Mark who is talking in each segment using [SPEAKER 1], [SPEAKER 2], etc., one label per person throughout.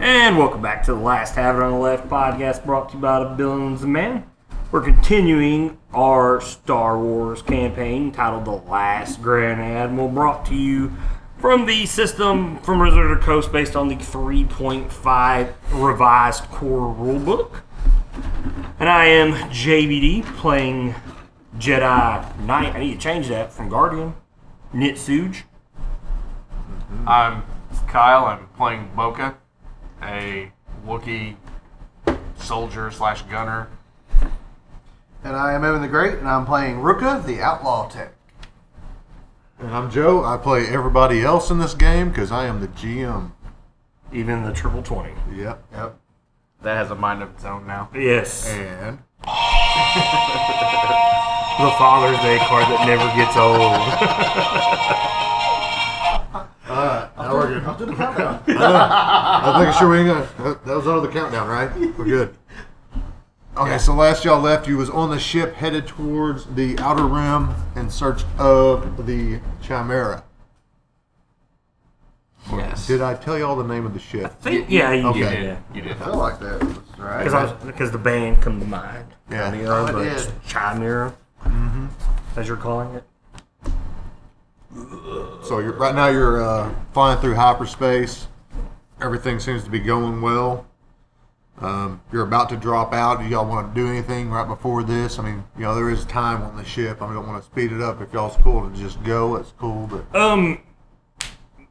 [SPEAKER 1] welcome back to the last Have It on the Left podcast brought to you by the Billings and Man. We're continuing our Star Wars campaign titled The Last Grand Admiral, brought to you from the system from Resort Coast based on the 3.5 revised core rulebook. And I am JBD playing Jedi Knight. I need to change that from Guardian. Nitsuge.
[SPEAKER 2] I'm Kyle. I'm playing Boca, a Wookiee soldier slash gunner.
[SPEAKER 3] And I am Evan the Great, and I'm playing Ruka, the Outlaw Tech.
[SPEAKER 4] And I'm Joe. I play everybody else in this game because I am the GM.
[SPEAKER 1] Even the triple twenty.
[SPEAKER 4] Yep.
[SPEAKER 3] Yep.
[SPEAKER 2] That has a mind of its own now.
[SPEAKER 1] Yes.
[SPEAKER 4] And
[SPEAKER 1] The Father's Day card that never gets old.
[SPEAKER 4] now we're good.
[SPEAKER 3] Do the countdown.
[SPEAKER 4] I was making sure we ain't gonna. That, that was under the countdown, right? We're good. Okay, so last y'all left, you was on the ship headed towards the outer rim in search of the Chimera.
[SPEAKER 2] Yes.
[SPEAKER 4] Did I tell y'all the name of the ship?
[SPEAKER 1] Think, yeah, you
[SPEAKER 4] Okay.
[SPEAKER 1] did.
[SPEAKER 2] You did.
[SPEAKER 3] I feel like that was right.
[SPEAKER 1] Because because the band come to mind.
[SPEAKER 4] Yeah.
[SPEAKER 1] Chimera,
[SPEAKER 3] Oh, it
[SPEAKER 1] but
[SPEAKER 3] did.
[SPEAKER 1] it's Chimera, Mm-hmm. as you're calling it.
[SPEAKER 4] So you're, right now you're uh, flying through hyperspace. Everything seems to be going well. Um, you're about to drop out. Do y'all want to do anything right before this? I mean, you know, there is time on the ship. I don't want to speed it up. If y'all's cool to just go, it's cool. But
[SPEAKER 1] Um,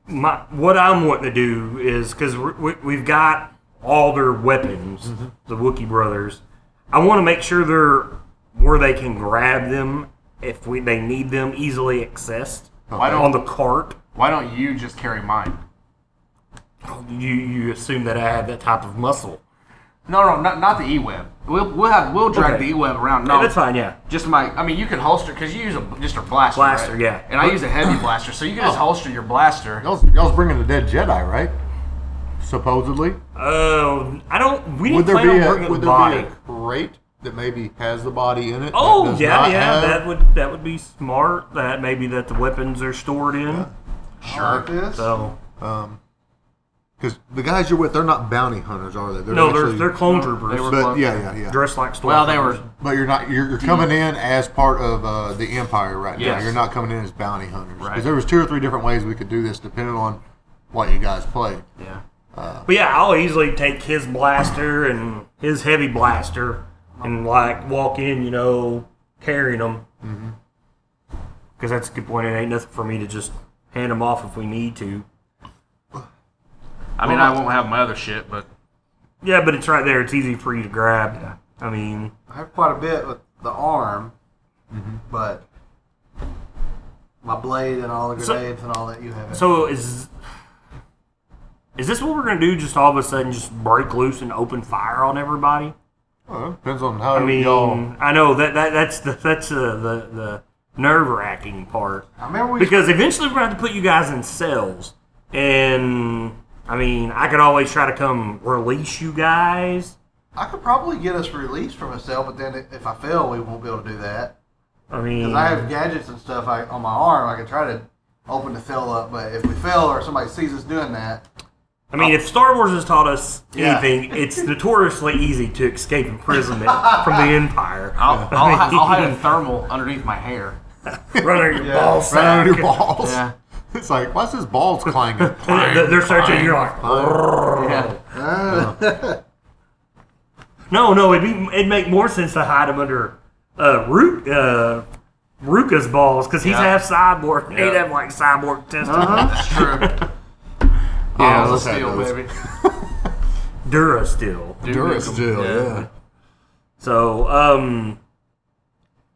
[SPEAKER 1] my what I'm wanting to do is because we, we've got all their weapons, the Wookiee brothers. I want to make sure they're where they can grab them if we they need them easily accessed
[SPEAKER 2] Why
[SPEAKER 1] on
[SPEAKER 2] don't
[SPEAKER 1] the cart.
[SPEAKER 2] Why don't you just carry mine?
[SPEAKER 1] You you assume that I have that type of muscle.
[SPEAKER 2] No, no, not, not the E web. We'll we'll have we'll drag
[SPEAKER 1] Okay.
[SPEAKER 2] the E web around. No,
[SPEAKER 1] That's fine. Yeah.
[SPEAKER 2] Just my. I mean, you can holster because you use a just a blaster. Oh.
[SPEAKER 1] Blaster,
[SPEAKER 2] right?
[SPEAKER 1] yeah.
[SPEAKER 2] And I use a heavy blaster, so you can just holster your blaster.
[SPEAKER 4] y'all's, y'all's bringing the dead Jedi, right? Supposedly.
[SPEAKER 1] Oh, I don't. We didn't
[SPEAKER 4] Would there
[SPEAKER 1] plan
[SPEAKER 4] be
[SPEAKER 1] on
[SPEAKER 4] a
[SPEAKER 1] bringing
[SPEAKER 4] would
[SPEAKER 1] the
[SPEAKER 4] there be
[SPEAKER 1] body.
[SPEAKER 4] a crate that maybe has the body in it? that
[SPEAKER 1] Oh
[SPEAKER 4] does
[SPEAKER 1] yeah,
[SPEAKER 4] not
[SPEAKER 1] yeah,
[SPEAKER 4] have-
[SPEAKER 1] that would that would be smart. That maybe that the weapons are stored in.
[SPEAKER 3] I like this.
[SPEAKER 1] So
[SPEAKER 4] Because the guys you're with, they're not bounty hunters, are they? They're
[SPEAKER 1] no,
[SPEAKER 4] actually-
[SPEAKER 1] they're they're clone troopers,
[SPEAKER 2] They were
[SPEAKER 4] But yeah, yeah, yeah.
[SPEAKER 1] dressed like stormtroopers.
[SPEAKER 2] Well, they were.
[SPEAKER 4] But you're not. You're, you're coming in as part of uh, the empire right now.
[SPEAKER 2] Yes.
[SPEAKER 4] You're not coming in as bounty hunters because
[SPEAKER 2] Right.
[SPEAKER 4] there was two or three different ways we could do this, depending on what you guys played.
[SPEAKER 2] Yeah.
[SPEAKER 1] But yeah, I'll easily take his blaster and his heavy blaster and like walk in, you know, carrying them. Because
[SPEAKER 4] Mm-hmm.
[SPEAKER 1] that's a good point. It ain't nothing for me to just hand them off if we need to.
[SPEAKER 2] I mean, I won't have my other shit, but
[SPEAKER 1] Yeah, but it's right there. It's easy for you to grab. I mean,
[SPEAKER 3] I have quite a bit with the arm,
[SPEAKER 4] Mm-hmm.
[SPEAKER 3] but my blade and all the
[SPEAKER 1] So-
[SPEAKER 3] grenades and all that you have.
[SPEAKER 1] so is is this what we're gonna do? Just all of a sudden, just break loose and open fire on everybody?
[SPEAKER 4] Well, it depends on how
[SPEAKER 1] I mean,
[SPEAKER 4] y'all.
[SPEAKER 1] I know that, that that's the that's the the, the nerve wracking part.
[SPEAKER 3] I remember we
[SPEAKER 1] because eventually we're gonna have to put you guys in cells, and I mean, I could always try to come release you guys.
[SPEAKER 3] I could probably get us released from a cell, but then i- if I fail, we won't be able to do that.
[SPEAKER 1] I mean,
[SPEAKER 3] Because I
[SPEAKER 4] Mm-hmm.
[SPEAKER 3] have gadgets and stuff I, on my arm. I could try to open the cell up, but if we fail or somebody sees us doing that,
[SPEAKER 1] I mean, if Star Wars has taught us
[SPEAKER 3] Yeah.
[SPEAKER 1] anything, it's notoriously easy to escape imprisonment from the Empire.
[SPEAKER 2] I'll I'll, hi- I'll hide a thermal underneath my hair.
[SPEAKER 1] Run on your
[SPEAKER 3] Yeah.
[SPEAKER 1] ball
[SPEAKER 4] Right
[SPEAKER 1] sack.
[SPEAKER 4] out of your balls.
[SPEAKER 2] Yeah.
[SPEAKER 4] It's like, why's his balls clanging?
[SPEAKER 1] They're- They're, they're searching. You're like,
[SPEAKER 2] Yeah.
[SPEAKER 1] no, no. It'd be it'd make more sense to hide him under uh, Root. Uh, Ruka's balls because he's
[SPEAKER 2] Yeah.
[SPEAKER 1] half cyborg. He'd
[SPEAKER 2] Yeah.
[SPEAKER 1] have like cyborg testicles.
[SPEAKER 2] That's true.
[SPEAKER 4] Yeah,
[SPEAKER 2] Balls of
[SPEAKER 4] let's have
[SPEAKER 2] steel,
[SPEAKER 4] Oh, those.
[SPEAKER 2] baby.
[SPEAKER 1] Dura still.
[SPEAKER 4] Duracell,
[SPEAKER 2] Yeah.
[SPEAKER 4] yeah.
[SPEAKER 1] So, um,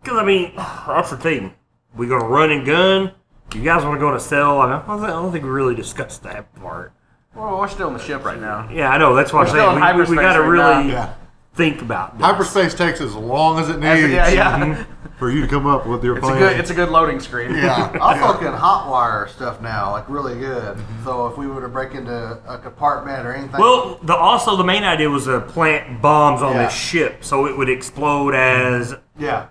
[SPEAKER 1] because I mean, that's the thing. We gonna run and gun. You guys want to go to sell? I don't, I don't think- I don't think we really discussed that part.
[SPEAKER 2] Well, we're still on the ship right now.
[SPEAKER 1] Yeah, I know. That's why I'm
[SPEAKER 2] We're still
[SPEAKER 1] saying we-
[SPEAKER 2] in
[SPEAKER 1] we,
[SPEAKER 2] hyperspace
[SPEAKER 1] got to
[SPEAKER 2] right
[SPEAKER 1] really
[SPEAKER 2] now.
[SPEAKER 4] Yeah.
[SPEAKER 1] think about this.
[SPEAKER 4] Hyperspace takes as long as it needs
[SPEAKER 2] Yeah, yeah.
[SPEAKER 4] for you to come up with your
[SPEAKER 2] It's a
[SPEAKER 4] plan.
[SPEAKER 2] good it's a good loading screen.
[SPEAKER 4] yeah.
[SPEAKER 3] I fucking hotwire stuff now, like really good. So if we were to break into a compartment or anything,
[SPEAKER 1] Mm-hmm. Well, the also the main idea was to plant bombs on
[SPEAKER 3] Yeah.
[SPEAKER 1] this ship so it would explode as
[SPEAKER 3] yeah,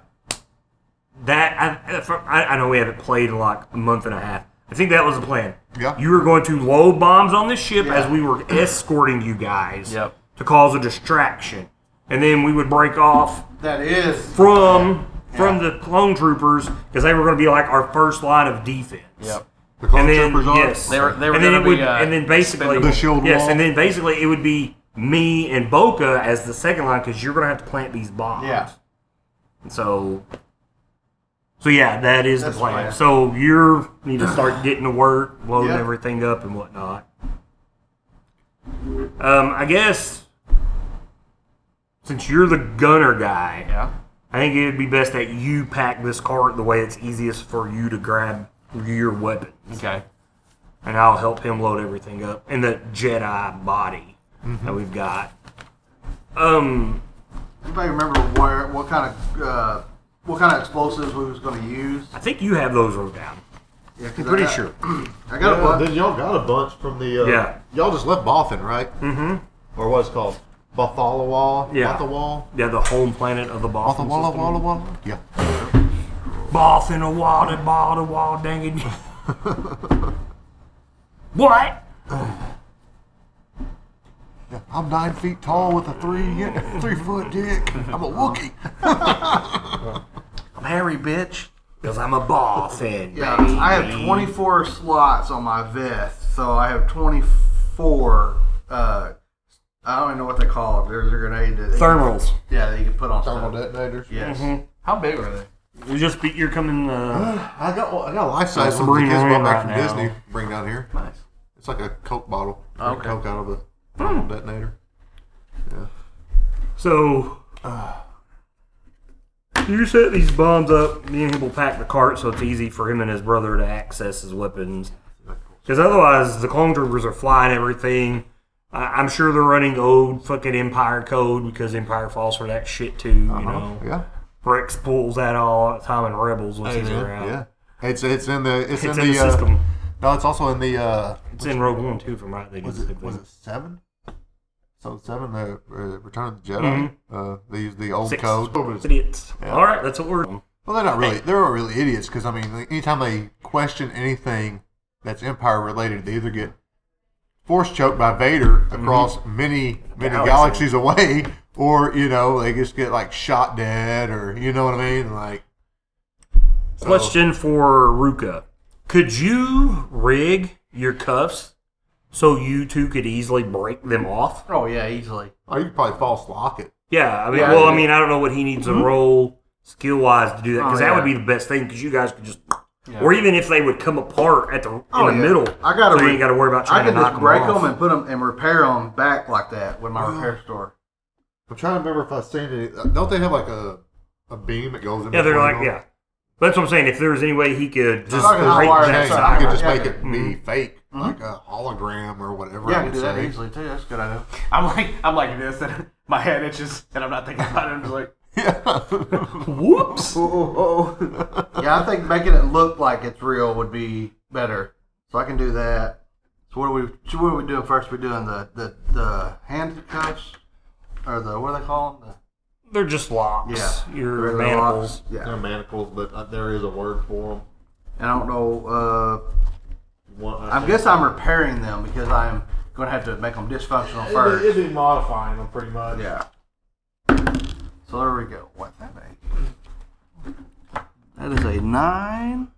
[SPEAKER 1] that. I, I, I know we haven't played in like a month and a half. I think that was the plan.
[SPEAKER 4] Yeah.
[SPEAKER 1] You were going to load bombs on this ship
[SPEAKER 3] Yeah.
[SPEAKER 1] as we were escorting you guys
[SPEAKER 2] Yep.
[SPEAKER 1] to cause a distraction. And then we would break off
[SPEAKER 3] That is.
[SPEAKER 1] from from the clone troopers because they were going to be like our first line of defense.
[SPEAKER 2] Yep.
[SPEAKER 4] The clone
[SPEAKER 1] And then
[SPEAKER 4] troopers are.
[SPEAKER 1] yes,
[SPEAKER 2] They were- they were
[SPEAKER 1] and then
[SPEAKER 2] gonna
[SPEAKER 1] it would,
[SPEAKER 2] be, uh,
[SPEAKER 1] and then basically
[SPEAKER 2] expendable. The
[SPEAKER 4] shield
[SPEAKER 1] Yes,
[SPEAKER 4] wall.
[SPEAKER 1] and then basically it would be me and Boca as the second line because you're going to have to plant these bombs.
[SPEAKER 3] Yeah.
[SPEAKER 1] So, so yeah, that is
[SPEAKER 3] That's
[SPEAKER 1] the plan.
[SPEAKER 3] plan.
[SPEAKER 1] So you need to start getting to work, loading
[SPEAKER 3] Yep.
[SPEAKER 1] everything up and whatnot. Um, I guess since you're the gunner guy,
[SPEAKER 2] Yeah.
[SPEAKER 1] I think it'd be best that you pack this cart the way it's easiest for you to grab your weapons,
[SPEAKER 2] Okay.
[SPEAKER 1] and I'll help him load everything up in the Jedi body
[SPEAKER 2] Mm-hmm.
[SPEAKER 1] that we've got. Um,
[SPEAKER 3] Anybody remember where, what kind of, uh, what kind of explosives we was going to use?
[SPEAKER 1] I think you have those wrote down.
[SPEAKER 3] Yeah, 'cause
[SPEAKER 1] I'm
[SPEAKER 3] I
[SPEAKER 1] pretty
[SPEAKER 3] got-
[SPEAKER 1] sure.
[SPEAKER 3] I got a bunch.
[SPEAKER 5] then y'all got a bunch from the. Uh,
[SPEAKER 1] Yeah.
[SPEAKER 4] Y'all just left Bothan, right?
[SPEAKER 1] Mm-hmm.
[SPEAKER 5] Or what's it called?
[SPEAKER 4] Buffalo Wall.
[SPEAKER 1] Yeah.
[SPEAKER 4] Wall.
[SPEAKER 1] Yeah, the home planet of the Bothan
[SPEAKER 4] Walla
[SPEAKER 1] system.
[SPEAKER 4] Walla Walla. Yeah.
[SPEAKER 1] Bothan a wall, a wall, a wall, dang it. what?
[SPEAKER 4] Yeah. I'm nine feet tall with a three three foot dick. I'm a Wookie.
[SPEAKER 2] I'm Harry, bitch.
[SPEAKER 1] Because I'm a Bothan.
[SPEAKER 3] Yeah,
[SPEAKER 1] baby.
[SPEAKER 3] I have 24 slots on my vest, so I have 24. Uh, I don't even know what they call it. There's a grenade that
[SPEAKER 1] Thermals.
[SPEAKER 3] Yeah, that you can put on
[SPEAKER 4] Thermal
[SPEAKER 3] stuff.
[SPEAKER 4] detonators.
[SPEAKER 3] Yes.
[SPEAKER 1] Mm-hmm.
[SPEAKER 2] How big are they?
[SPEAKER 1] We just beat, you're coming, uh,
[SPEAKER 4] I got one- I got a life size
[SPEAKER 1] Some
[SPEAKER 4] one the kids
[SPEAKER 1] Marine
[SPEAKER 4] brought back
[SPEAKER 1] right
[SPEAKER 4] from
[SPEAKER 1] now.
[SPEAKER 4] Disney. Bring down here.
[SPEAKER 2] Nice.
[SPEAKER 4] It's like a Coke bottle. Drink
[SPEAKER 2] Okay.
[SPEAKER 4] Coke out of a thermal detonator.
[SPEAKER 1] so. uh, you set these bombs up, me and him will pack the cart so it's easy for him and his brother to access his weapons. Because otherwise, the clone troopers are flying everything. I- I'm sure they're running old fucking Empire code because Empire falls for that shit too, you know.
[SPEAKER 4] Yeah.
[SPEAKER 1] Rex pulls that all the time in Rebels when he's around.
[SPEAKER 4] Yeah. It's it's in the it's,
[SPEAKER 1] It's in
[SPEAKER 4] in,
[SPEAKER 1] the,
[SPEAKER 4] the, uh,
[SPEAKER 1] system.
[SPEAKER 4] No, it's also in the uh
[SPEAKER 1] It's in Rogue One too, from right. They
[SPEAKER 4] was
[SPEAKER 1] did the
[SPEAKER 4] it
[SPEAKER 1] same
[SPEAKER 4] was
[SPEAKER 1] thing.
[SPEAKER 4] it seven? So seven, the uh, Return of the Jedi. Uh, they use the old
[SPEAKER 1] Six.
[SPEAKER 4] code.
[SPEAKER 1] Idiots.
[SPEAKER 4] Yeah.
[SPEAKER 1] All right, that's what we're.
[SPEAKER 4] Well, they're not really they're not really idiots because I mean, like, anytime they question anything that's Empire related, they either get force choked by Vader across many many
[SPEAKER 1] Galaxy.
[SPEAKER 4] galaxies away, or you know they just get like shot dead, or you know what I mean, like. so-
[SPEAKER 1] Question for Ruka: Could you rig your cuffs so you two could easily break them off?
[SPEAKER 3] Oh yeah, easily.
[SPEAKER 4] Oh, you could probably false lock it.
[SPEAKER 1] Yeah, I mean,
[SPEAKER 3] Yeah,
[SPEAKER 1] well, I
[SPEAKER 3] yeah. Mm-hmm.
[SPEAKER 1] mean, I don't know what he needs to roll skill wise to do that because
[SPEAKER 3] Oh,
[SPEAKER 1] that would be
[SPEAKER 3] yeah.
[SPEAKER 1] the best thing because you guys could just. Or even if they would come apart at the in
[SPEAKER 3] Oh,
[SPEAKER 1] the
[SPEAKER 3] yeah.
[SPEAKER 1] middle,
[SPEAKER 3] I gotta
[SPEAKER 1] so you
[SPEAKER 3] re-
[SPEAKER 1] ain't got to worry about trying
[SPEAKER 3] I can
[SPEAKER 1] to knock
[SPEAKER 3] just break
[SPEAKER 1] them off.
[SPEAKER 3] them and put them and repair them back like that with my
[SPEAKER 2] Oh.
[SPEAKER 3] repair store.
[SPEAKER 4] I'm trying to remember if I've seen it. uh, Don't they have like a a beam that goes in?
[SPEAKER 1] yeah, they're
[SPEAKER 4] between
[SPEAKER 1] like
[SPEAKER 4] them?
[SPEAKER 1] yeah. That's what I'm saying. If there was any way he could just
[SPEAKER 3] not gonna
[SPEAKER 1] break
[SPEAKER 3] wire
[SPEAKER 1] that
[SPEAKER 3] that
[SPEAKER 4] Change.
[SPEAKER 3] Sorry,
[SPEAKER 1] side, Mm-hmm.
[SPEAKER 4] I could
[SPEAKER 3] right,
[SPEAKER 4] just
[SPEAKER 3] yeah,
[SPEAKER 4] make it
[SPEAKER 1] yeah.
[SPEAKER 4] be fake, like a hologram or whatever.
[SPEAKER 3] Yeah,
[SPEAKER 4] I
[SPEAKER 3] I can
[SPEAKER 4] would
[SPEAKER 3] do that
[SPEAKER 4] say.
[SPEAKER 3] easily too. That's a good idea.
[SPEAKER 2] I'm like I'm like this, and my head itches, and I'm not thinking about it. I'm just like,
[SPEAKER 4] Yeah.
[SPEAKER 1] Whoops.
[SPEAKER 3] Yeah, I think making it look like it's real would be better. So I can do that. So what are we? so What are we doing first? We're doing the the, the handcuffs or the what are they called? The,
[SPEAKER 1] They're just locks.
[SPEAKER 3] Yeah.
[SPEAKER 1] Your
[SPEAKER 3] Regular
[SPEAKER 1] manacles.
[SPEAKER 3] locks. Yeah.
[SPEAKER 5] They're manacles, but uh, there is a word for them.
[SPEAKER 3] And I don't know. Uh,
[SPEAKER 5] One,
[SPEAKER 3] I guess I'm repairing them because I'm going to have to make them dysfunctional
[SPEAKER 5] it'd, be,
[SPEAKER 3] first.
[SPEAKER 5] it'd be modifying them pretty much.
[SPEAKER 3] Yeah. So there we go. What that make? That is a nine.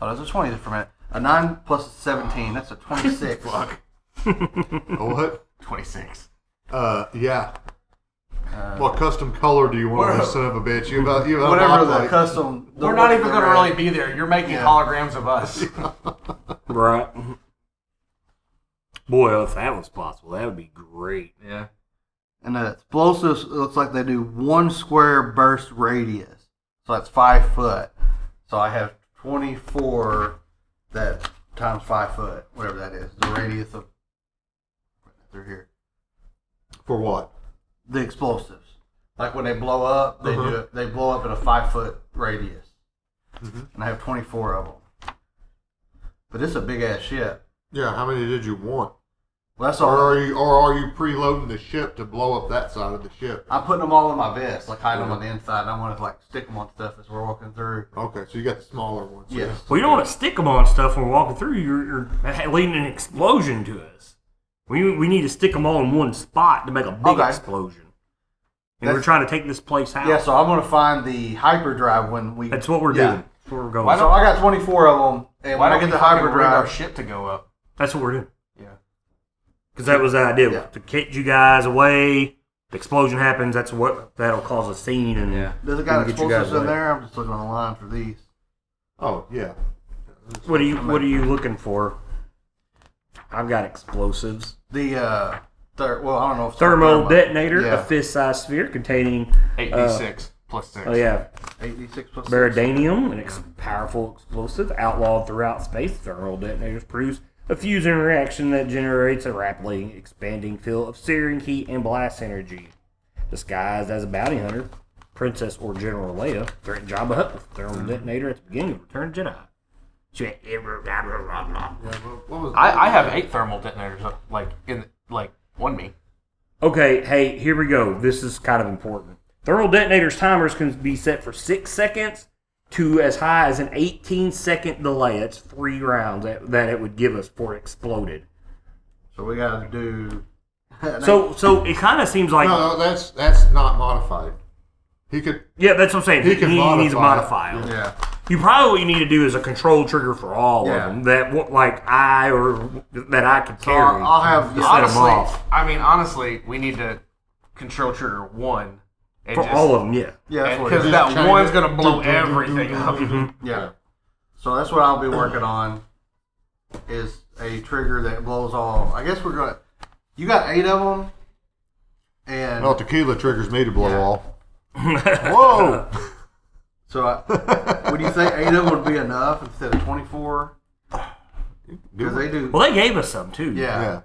[SPEAKER 3] Oh, that's a twenty for a minute. A nine plus a seventeen. That's a twenty-six.
[SPEAKER 2] fuck,
[SPEAKER 4] what?
[SPEAKER 2] 26.
[SPEAKER 4] Uh, yeah.
[SPEAKER 3] Uh,
[SPEAKER 4] What custom color do you want,
[SPEAKER 2] Whatever.
[SPEAKER 4] this son of a bitch? You about you about
[SPEAKER 3] Whatever the
[SPEAKER 4] like-
[SPEAKER 3] custom. the-
[SPEAKER 2] We're not even
[SPEAKER 3] the
[SPEAKER 2] going to
[SPEAKER 3] red.
[SPEAKER 2] really be there. You're making
[SPEAKER 3] Yeah.
[SPEAKER 2] holograms of us.
[SPEAKER 1] Right. Boy, if that was possible, that would be great.
[SPEAKER 2] yeah.
[SPEAKER 3] And the explosives it looks like they do one square burst radius. So that's five foot. So I have 24 that times five foot, whatever that is, the radius of through here.
[SPEAKER 4] for what?
[SPEAKER 3] The explosives. Like when they blow up, they do it, they blow up at a five foot radius. And I have 24 of them. But it's a big ass ship.
[SPEAKER 4] Yeah, how many did you want?
[SPEAKER 3] Well, that's
[SPEAKER 4] Or
[SPEAKER 3] all.
[SPEAKER 4] are you or are you preloading the ship to blow up that side of the ship?
[SPEAKER 3] I'm putting them all in my vest, like hiding them on the inside. and I want to like stick them on stuff as we're walking through.
[SPEAKER 4] Okay, so you got the smaller ones.
[SPEAKER 3] Yes.
[SPEAKER 1] Well, you don't want to stick them on stuff when we're walking through. You're, you're leading an explosion to us. We, we need to stick them all in one spot to make a big
[SPEAKER 3] Okay.
[SPEAKER 1] explosion. And we're
[SPEAKER 3] That's-
[SPEAKER 1] trying to take this place out.
[SPEAKER 3] Yeah, so I'm gonna find the hyperdrive when we.
[SPEAKER 1] That's what we're
[SPEAKER 3] Yeah.
[SPEAKER 1] doing. That's what we're going.
[SPEAKER 2] Why
[SPEAKER 3] So I got 24 of them, and
[SPEAKER 2] Why
[SPEAKER 3] when
[SPEAKER 2] don't
[SPEAKER 3] I get
[SPEAKER 2] we
[SPEAKER 3] the
[SPEAKER 2] fucking rig our
[SPEAKER 3] hyperdrive,
[SPEAKER 2] ship to go up?
[SPEAKER 1] That's what we're doing.
[SPEAKER 2] Yeah.
[SPEAKER 1] Because that was the idea
[SPEAKER 3] Yeah.
[SPEAKER 1] to catch you guys away. The explosion happens. That's what that'll cause a scene. And
[SPEAKER 2] Yeah.
[SPEAKER 3] does it
[SPEAKER 1] we
[SPEAKER 3] got
[SPEAKER 1] can get you guys
[SPEAKER 3] explosives in
[SPEAKER 1] away.
[SPEAKER 3] there? I'm just looking online for these.
[SPEAKER 4] Oh yeah.
[SPEAKER 1] What are you What are you looking for? I've got explosives.
[SPEAKER 3] The uh, ther- well, I don't know if it's
[SPEAKER 1] Thermal
[SPEAKER 3] thermo-
[SPEAKER 1] detonator,
[SPEAKER 3] Yeah.
[SPEAKER 1] a fist-sized sphere containing,
[SPEAKER 2] 8d6 plus 6.
[SPEAKER 1] Uh, oh yeah,
[SPEAKER 3] 86 plus. six.
[SPEAKER 1] Beridanium, an ex- powerful explosive outlawed throughout space, thermal detonators produce a fusion reaction that generates a rapidly expanding field of searing heat and blast energy. Disguised as a bounty hunter, Princess or General Leia threatened Jabba Hutt with a thermal detonator at the beginning of Return of the Jedi. She had every- blah, blah, blah, blah.
[SPEAKER 5] Uh,
[SPEAKER 4] yeah what, what was
[SPEAKER 2] I, I have 8 thermal detonators, uh, like, in like on me.
[SPEAKER 1] Okay, hey, here we go. This is kind of important. Thermal detonators timers can be set for six seconds to as high as an 18 second delay. That's three rounds that, that it would give us for exploded.
[SPEAKER 3] So we got to do.
[SPEAKER 1] So, so it kind of seems like
[SPEAKER 4] No, no, that's that's not modified. He could
[SPEAKER 1] yeah, that's what I'm saying.
[SPEAKER 4] He
[SPEAKER 1] He,
[SPEAKER 4] can
[SPEAKER 1] he needs a
[SPEAKER 4] modify it.
[SPEAKER 1] modifier.
[SPEAKER 3] yeah,
[SPEAKER 1] You probably what you need to do is a control trigger for all
[SPEAKER 3] Yeah.
[SPEAKER 1] of them that wa- like I or that I could
[SPEAKER 3] so I'll,
[SPEAKER 1] carry.
[SPEAKER 3] I'll have.
[SPEAKER 1] Just set 'em
[SPEAKER 2] honestly,
[SPEAKER 1] off.
[SPEAKER 2] I mean, honestly, we need to control trigger 1. And
[SPEAKER 1] for
[SPEAKER 2] just,
[SPEAKER 1] all of them, yeah.
[SPEAKER 3] yeah, that's what it
[SPEAKER 2] Because
[SPEAKER 3] is.
[SPEAKER 2] that
[SPEAKER 4] Change
[SPEAKER 2] one's
[SPEAKER 4] it.
[SPEAKER 2] going to blow
[SPEAKER 4] Do, do, do, do,
[SPEAKER 2] everything
[SPEAKER 4] do,
[SPEAKER 2] up.
[SPEAKER 3] Yeah. So that's what I'll be working on is a trigger that blows all. I guess we're gonna. You got eight of them, and
[SPEAKER 4] well tequila triggers me to blow all.
[SPEAKER 3] whoa. so I, would you say eight of them would be enough instead of twenty four? Because they do.
[SPEAKER 1] Well, they gave us some too.
[SPEAKER 3] Yeah.
[SPEAKER 4] Yeah.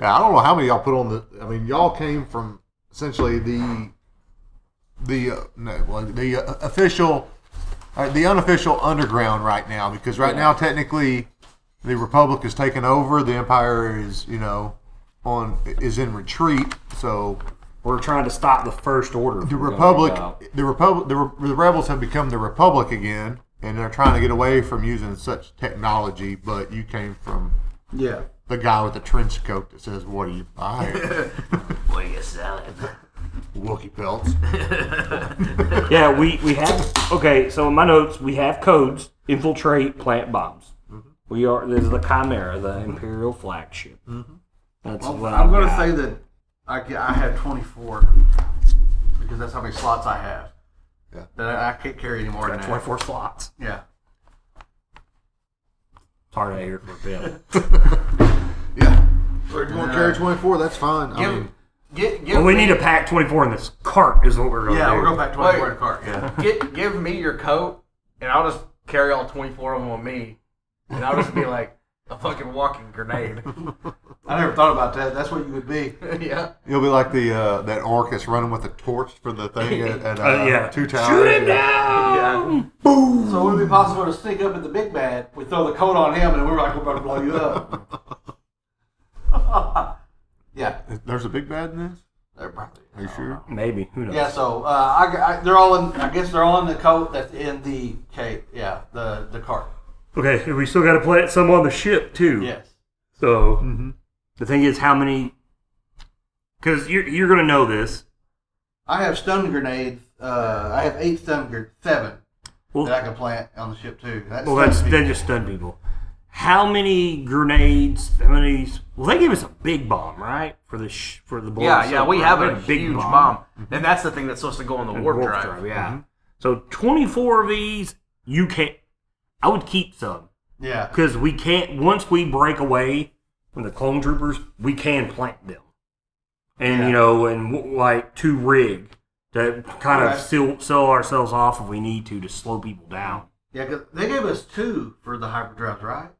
[SPEAKER 4] Yeah, I don't know how many y'all put on the. I mean, y'all came from essentially the the uh, no, well, the uh, official, uh, the unofficial underground right now because right now technically the republic is taken over, the empire is you know on is in retreat, so
[SPEAKER 1] We're trying to stop the first order.
[SPEAKER 4] the republic, the republic, the, re- the rebels have become the republic again, and they're trying to get away from using such technology. But you came from
[SPEAKER 3] Yeah.
[SPEAKER 4] the guy with the trench coat that says, "What are you buying?"
[SPEAKER 1] What are you selling?
[SPEAKER 4] Wookie pelts.
[SPEAKER 1] Yeah, we, we have okay. So in my notes, we have codes: infiltrate, plant bombs.
[SPEAKER 3] Mm-hmm.
[SPEAKER 1] We are this is the Chimera, the Imperial flagship. That's what
[SPEAKER 3] Mm-hmm. I'm gonna
[SPEAKER 1] got.
[SPEAKER 3] say that I get, I have twenty four because that's how many slots I have.
[SPEAKER 4] Yeah.
[SPEAKER 3] That I, I can't carry anymore than that.
[SPEAKER 1] twenty-four slots.
[SPEAKER 3] Yeah.
[SPEAKER 1] It's hard out here for a bit.
[SPEAKER 4] Yeah. Or you want to carry 24? That's fine. I
[SPEAKER 2] Give-
[SPEAKER 4] mean,
[SPEAKER 2] Get, give
[SPEAKER 1] well, we need
[SPEAKER 2] me-
[SPEAKER 1] to pack twenty-four in this cart. Is what we're going to
[SPEAKER 3] Yeah,
[SPEAKER 1] do.
[SPEAKER 3] we're going back to twenty four in
[SPEAKER 2] Wait.
[SPEAKER 3] the cart. Yeah.
[SPEAKER 2] Get, give me your coat, and I'll just carry all 24 of them on me. And I'll just be like a fucking walking grenade.
[SPEAKER 3] I never thought about that. That's what you would be.
[SPEAKER 2] yeah.
[SPEAKER 4] you'll be like the uh, that orc that's running with the torch for the thing at, at uh,
[SPEAKER 1] Uh, yeah.
[SPEAKER 4] two towers.
[SPEAKER 1] Shoot him down.
[SPEAKER 3] So would it be possible to sneak up at the big bad? We throw the coat on him, and we're like, we're about to blow you up. yeah,
[SPEAKER 4] There's a big bad in this.
[SPEAKER 3] they're probably.
[SPEAKER 4] Are you sure?
[SPEAKER 1] Maybe who knows?
[SPEAKER 3] Yeah, so uh, I, I, they're all in. I guess they're all in the coat that's in the cape. Yeah, the the cart.
[SPEAKER 1] Okay, and we still got to plant some on the ship too.
[SPEAKER 3] Yes.
[SPEAKER 1] So
[SPEAKER 3] Mm-hmm.
[SPEAKER 1] the thing is, how many? Because you're you're going to know this.
[SPEAKER 3] I have stun grenades. Uh, I have eight stun grenades, seven
[SPEAKER 1] Well-
[SPEAKER 3] that I can plant on the ship too. That's
[SPEAKER 1] Well, that's
[SPEAKER 3] seven
[SPEAKER 1] that
[SPEAKER 3] people.
[SPEAKER 1] just stunned people. How many grenades? How many? Well, they gave us a big bomb, right? For the sh- for the blow
[SPEAKER 2] Yeah,
[SPEAKER 1] us
[SPEAKER 2] yeah,
[SPEAKER 1] up,
[SPEAKER 2] we
[SPEAKER 1] right?
[SPEAKER 2] have
[SPEAKER 1] We
[SPEAKER 2] a,
[SPEAKER 1] had
[SPEAKER 2] huge bomb. And that's the thing that's supposed to go on the
[SPEAKER 1] and
[SPEAKER 2] warp, drive. Mm-hmm.
[SPEAKER 1] Yeah. So twenty four of these, you can't. I would keep some
[SPEAKER 3] yeah.
[SPEAKER 1] because we can't. Once we break away from the clone troopers, we can plant them, and you
[SPEAKER 3] Yeah.
[SPEAKER 1] know, and w- like to rig to kind
[SPEAKER 3] Right.
[SPEAKER 1] of seal, sell ourselves off if we need to to slow people down.
[SPEAKER 3] Yeah, 'cause they gave us two for the hyperdrives, right?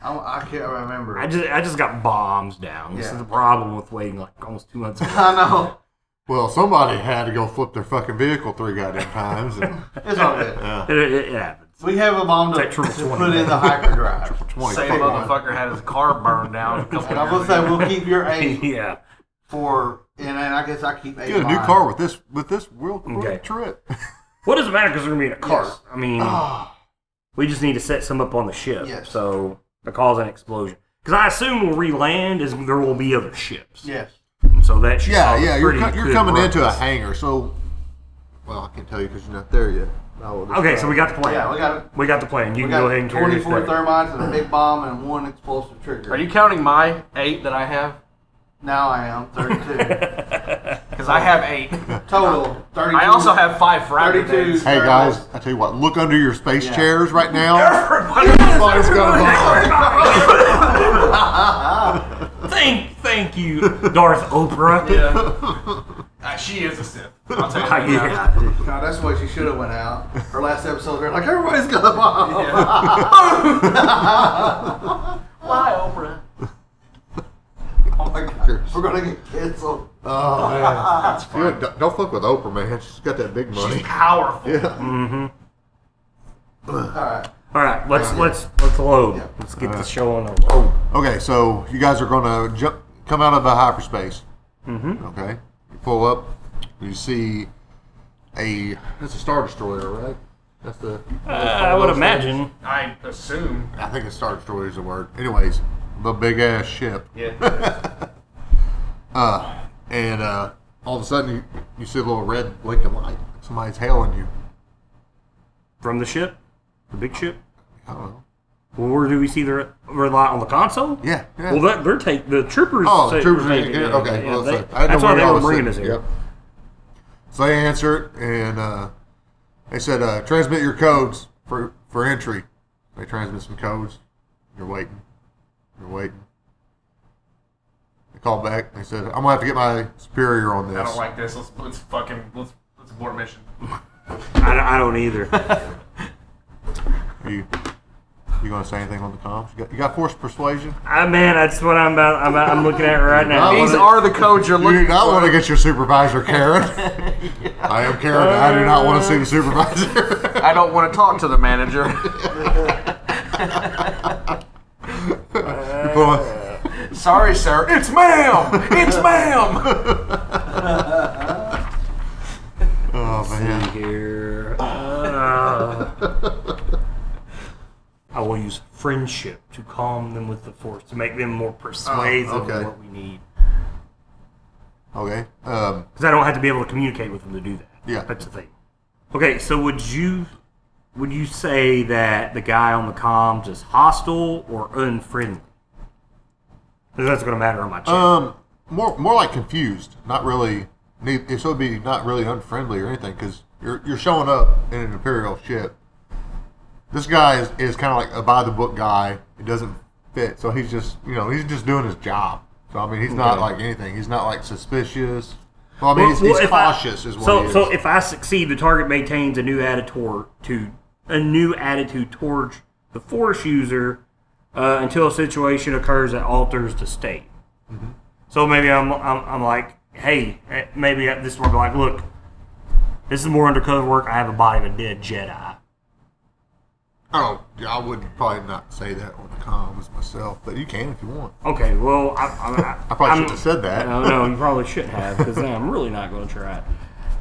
[SPEAKER 3] I, don't- I can't remember.
[SPEAKER 1] I just I just got bombs down. This
[SPEAKER 3] Yeah.
[SPEAKER 1] is the problem with waiting like almost two months.
[SPEAKER 3] I know.
[SPEAKER 4] Well, somebody had to go flip their fucking vehicle three goddamn times. And,
[SPEAKER 3] It's all good.
[SPEAKER 1] it, it, it happens.
[SPEAKER 3] We have them on to,
[SPEAKER 1] Take triple
[SPEAKER 3] to
[SPEAKER 1] 20,
[SPEAKER 3] put in
[SPEAKER 1] man.
[SPEAKER 3] the hyperdrive.
[SPEAKER 4] Twenty.
[SPEAKER 2] Same
[SPEAKER 4] Fuck one.
[SPEAKER 2] motherfucker had his car burned down. A couple
[SPEAKER 3] And I will
[SPEAKER 2] years
[SPEAKER 3] say
[SPEAKER 2] ago.
[SPEAKER 3] we'll keep your eight
[SPEAKER 1] yeah.
[SPEAKER 3] for, and, and I guess I keep eight.
[SPEAKER 4] Get a
[SPEAKER 3] of
[SPEAKER 4] new
[SPEAKER 3] mine.
[SPEAKER 4] car with this with this real quick
[SPEAKER 1] Okay.
[SPEAKER 4] trip.
[SPEAKER 1] What does it matter? Because we're gonna be in a cart.
[SPEAKER 3] Yes. Ah.
[SPEAKER 1] I mean, we just need to set some up on the ship.
[SPEAKER 3] Yes.
[SPEAKER 1] So to cause an explosion. Because I assume we'll re-land is there will be other ships.
[SPEAKER 3] Yes.
[SPEAKER 1] So that should
[SPEAKER 4] Yeah,
[SPEAKER 1] cause a
[SPEAKER 4] yeah. You're,
[SPEAKER 1] pretty
[SPEAKER 4] co- you're
[SPEAKER 1] good
[SPEAKER 4] coming into a
[SPEAKER 1] ruckus.
[SPEAKER 4] hangar, so well, I can't tell you because you're not there yet. I will just-
[SPEAKER 1] Okay, so we got the plan.
[SPEAKER 3] Yeah, we got
[SPEAKER 1] We got the plan. You
[SPEAKER 3] we
[SPEAKER 1] can
[SPEAKER 3] got
[SPEAKER 1] go ahead and carry this
[SPEAKER 3] 24
[SPEAKER 1] thing.
[SPEAKER 3] thermites and a big bomb and one explosive trigger.
[SPEAKER 2] Are you counting my eight that I have?
[SPEAKER 3] Now I am 32
[SPEAKER 2] Because I have eight.
[SPEAKER 3] total. 32.
[SPEAKER 2] I also have five Friday
[SPEAKER 3] 32.
[SPEAKER 2] days.
[SPEAKER 4] Hey guys, I tell you what. Look under your space
[SPEAKER 3] Yeah.
[SPEAKER 4] chairs right now.
[SPEAKER 2] Everybody-
[SPEAKER 4] Everybody's got a bomb.
[SPEAKER 1] Thank, thank you, Darth Oprah.
[SPEAKER 2] Yeah. Uh, she is a Sith. I'll tell you that. now.
[SPEAKER 1] yeah.
[SPEAKER 3] No, that's why she should have went out. Her last episode, they're like, everybody's got a bomb.
[SPEAKER 2] Yeah. Why, Oprah?
[SPEAKER 3] Oh my gosh, we're gonna get canceled.
[SPEAKER 4] Oh man, That's fine. Don't, don't fuck with Oprah, man. She's got that big money.
[SPEAKER 2] She's powerful.
[SPEAKER 4] Yeah.
[SPEAKER 3] All right.
[SPEAKER 1] All right, let's let's let's load.
[SPEAKER 3] Yeah.
[SPEAKER 1] Let's get the show on the road.
[SPEAKER 4] Okay, so you guys are gonna jump, come out of a hyperspace. Mm-hmm. Okay, you pull up. You see a that's a star destroyer, right? That's the.
[SPEAKER 1] Uh, I would imagine.
[SPEAKER 2] I assume.
[SPEAKER 4] I think a star destroyer is the word. Anyways, the big ass ship.
[SPEAKER 2] Yeah.
[SPEAKER 4] and uh, all of a sudden you, you see a little red blink of light. Somebody's hailing you.
[SPEAKER 1] From the ship, the big ship.
[SPEAKER 4] I don't know.
[SPEAKER 1] Well, where do we see the red light on the console?
[SPEAKER 4] Yeah. yeah.
[SPEAKER 1] Well, that, they're take the troopers.
[SPEAKER 4] oh, the
[SPEAKER 1] say-
[SPEAKER 4] troopers
[SPEAKER 1] take
[SPEAKER 4] ain't
[SPEAKER 1] it,
[SPEAKER 4] good.
[SPEAKER 1] yeah,
[SPEAKER 4] Okay,
[SPEAKER 1] yeah,
[SPEAKER 4] well,
[SPEAKER 1] they-
[SPEAKER 4] so I didn't
[SPEAKER 1] that's
[SPEAKER 4] know
[SPEAKER 1] why
[SPEAKER 4] where
[SPEAKER 1] they
[SPEAKER 4] y'all
[SPEAKER 1] were
[SPEAKER 4] was
[SPEAKER 1] bringing us
[SPEAKER 4] sitting.
[SPEAKER 1] here.
[SPEAKER 4] Yep. So they answer it, and uh, they said, uh, "Transmit your codes for for entry." They transmit some codes. You're waiting. You're waiting. They call back. They said, "I'm gonna have to get my superior on this."
[SPEAKER 2] I don't like this. Let's let's fucking let's let's abort mission.
[SPEAKER 1] I, don't- I don't either.
[SPEAKER 4] Are you you gonna say anything on the comms? You got, you got forced persuasion.
[SPEAKER 1] I man, that's what I'm about. I'm, I'm looking at right now.
[SPEAKER 4] These
[SPEAKER 2] are the codes you're
[SPEAKER 4] You do not want to get your supervisor, Karen. I am Karen. I do not want to see the supervisor.
[SPEAKER 2] Uh, I don't want to talk to the manager.
[SPEAKER 4] You pull up.
[SPEAKER 2] Sorry, sir. It's ma'am. It's ma'am.
[SPEAKER 4] oh man.
[SPEAKER 1] here. Uh, I will use friendship to calm them with the force to make them more persuasive
[SPEAKER 4] Oh, okay.
[SPEAKER 1] of what we need.
[SPEAKER 4] Okay. Um,
[SPEAKER 1] Because I don't have to be able to communicate with them to do that.
[SPEAKER 4] Yeah.
[SPEAKER 1] that's the thing. Okay, so would you would you say that the guy on the comms is hostile or unfriendly? 'Cause that's going to matter on my check.
[SPEAKER 4] um, more more like confused. Not really. Need, so it'd be not really unfriendly or anything because you're you're showing up in an imperial ship. This guy is, is kind of like a by the book guy. It doesn't fit, so he's just you know he's just doing his job. So I mean, he's not
[SPEAKER 1] Okay.
[SPEAKER 4] like anything. He's not like suspicious. Well, I mean, he's, he's
[SPEAKER 1] if I-
[SPEAKER 4] cautious is what
[SPEAKER 1] so,
[SPEAKER 4] he is.
[SPEAKER 1] so if I succeed, the target maintains a new attitude to a new attitude towards the force user uh, until a situation occurs that alters the state.
[SPEAKER 4] Mm-hmm.
[SPEAKER 1] So maybe I'm, I'm I'm like, hey, eh, maybe at this point I'm like, look, this is more undercover work. I have a body of a dead Jedi.
[SPEAKER 4] Oh, yeah, I would probably not say that on the comms myself, but you can if you want.
[SPEAKER 1] Okay, well, I, I,
[SPEAKER 4] I probably
[SPEAKER 1] I'm-
[SPEAKER 4] shouldn't have said that.
[SPEAKER 1] No, no, you probably shouldn't have because then I'm really not going to try it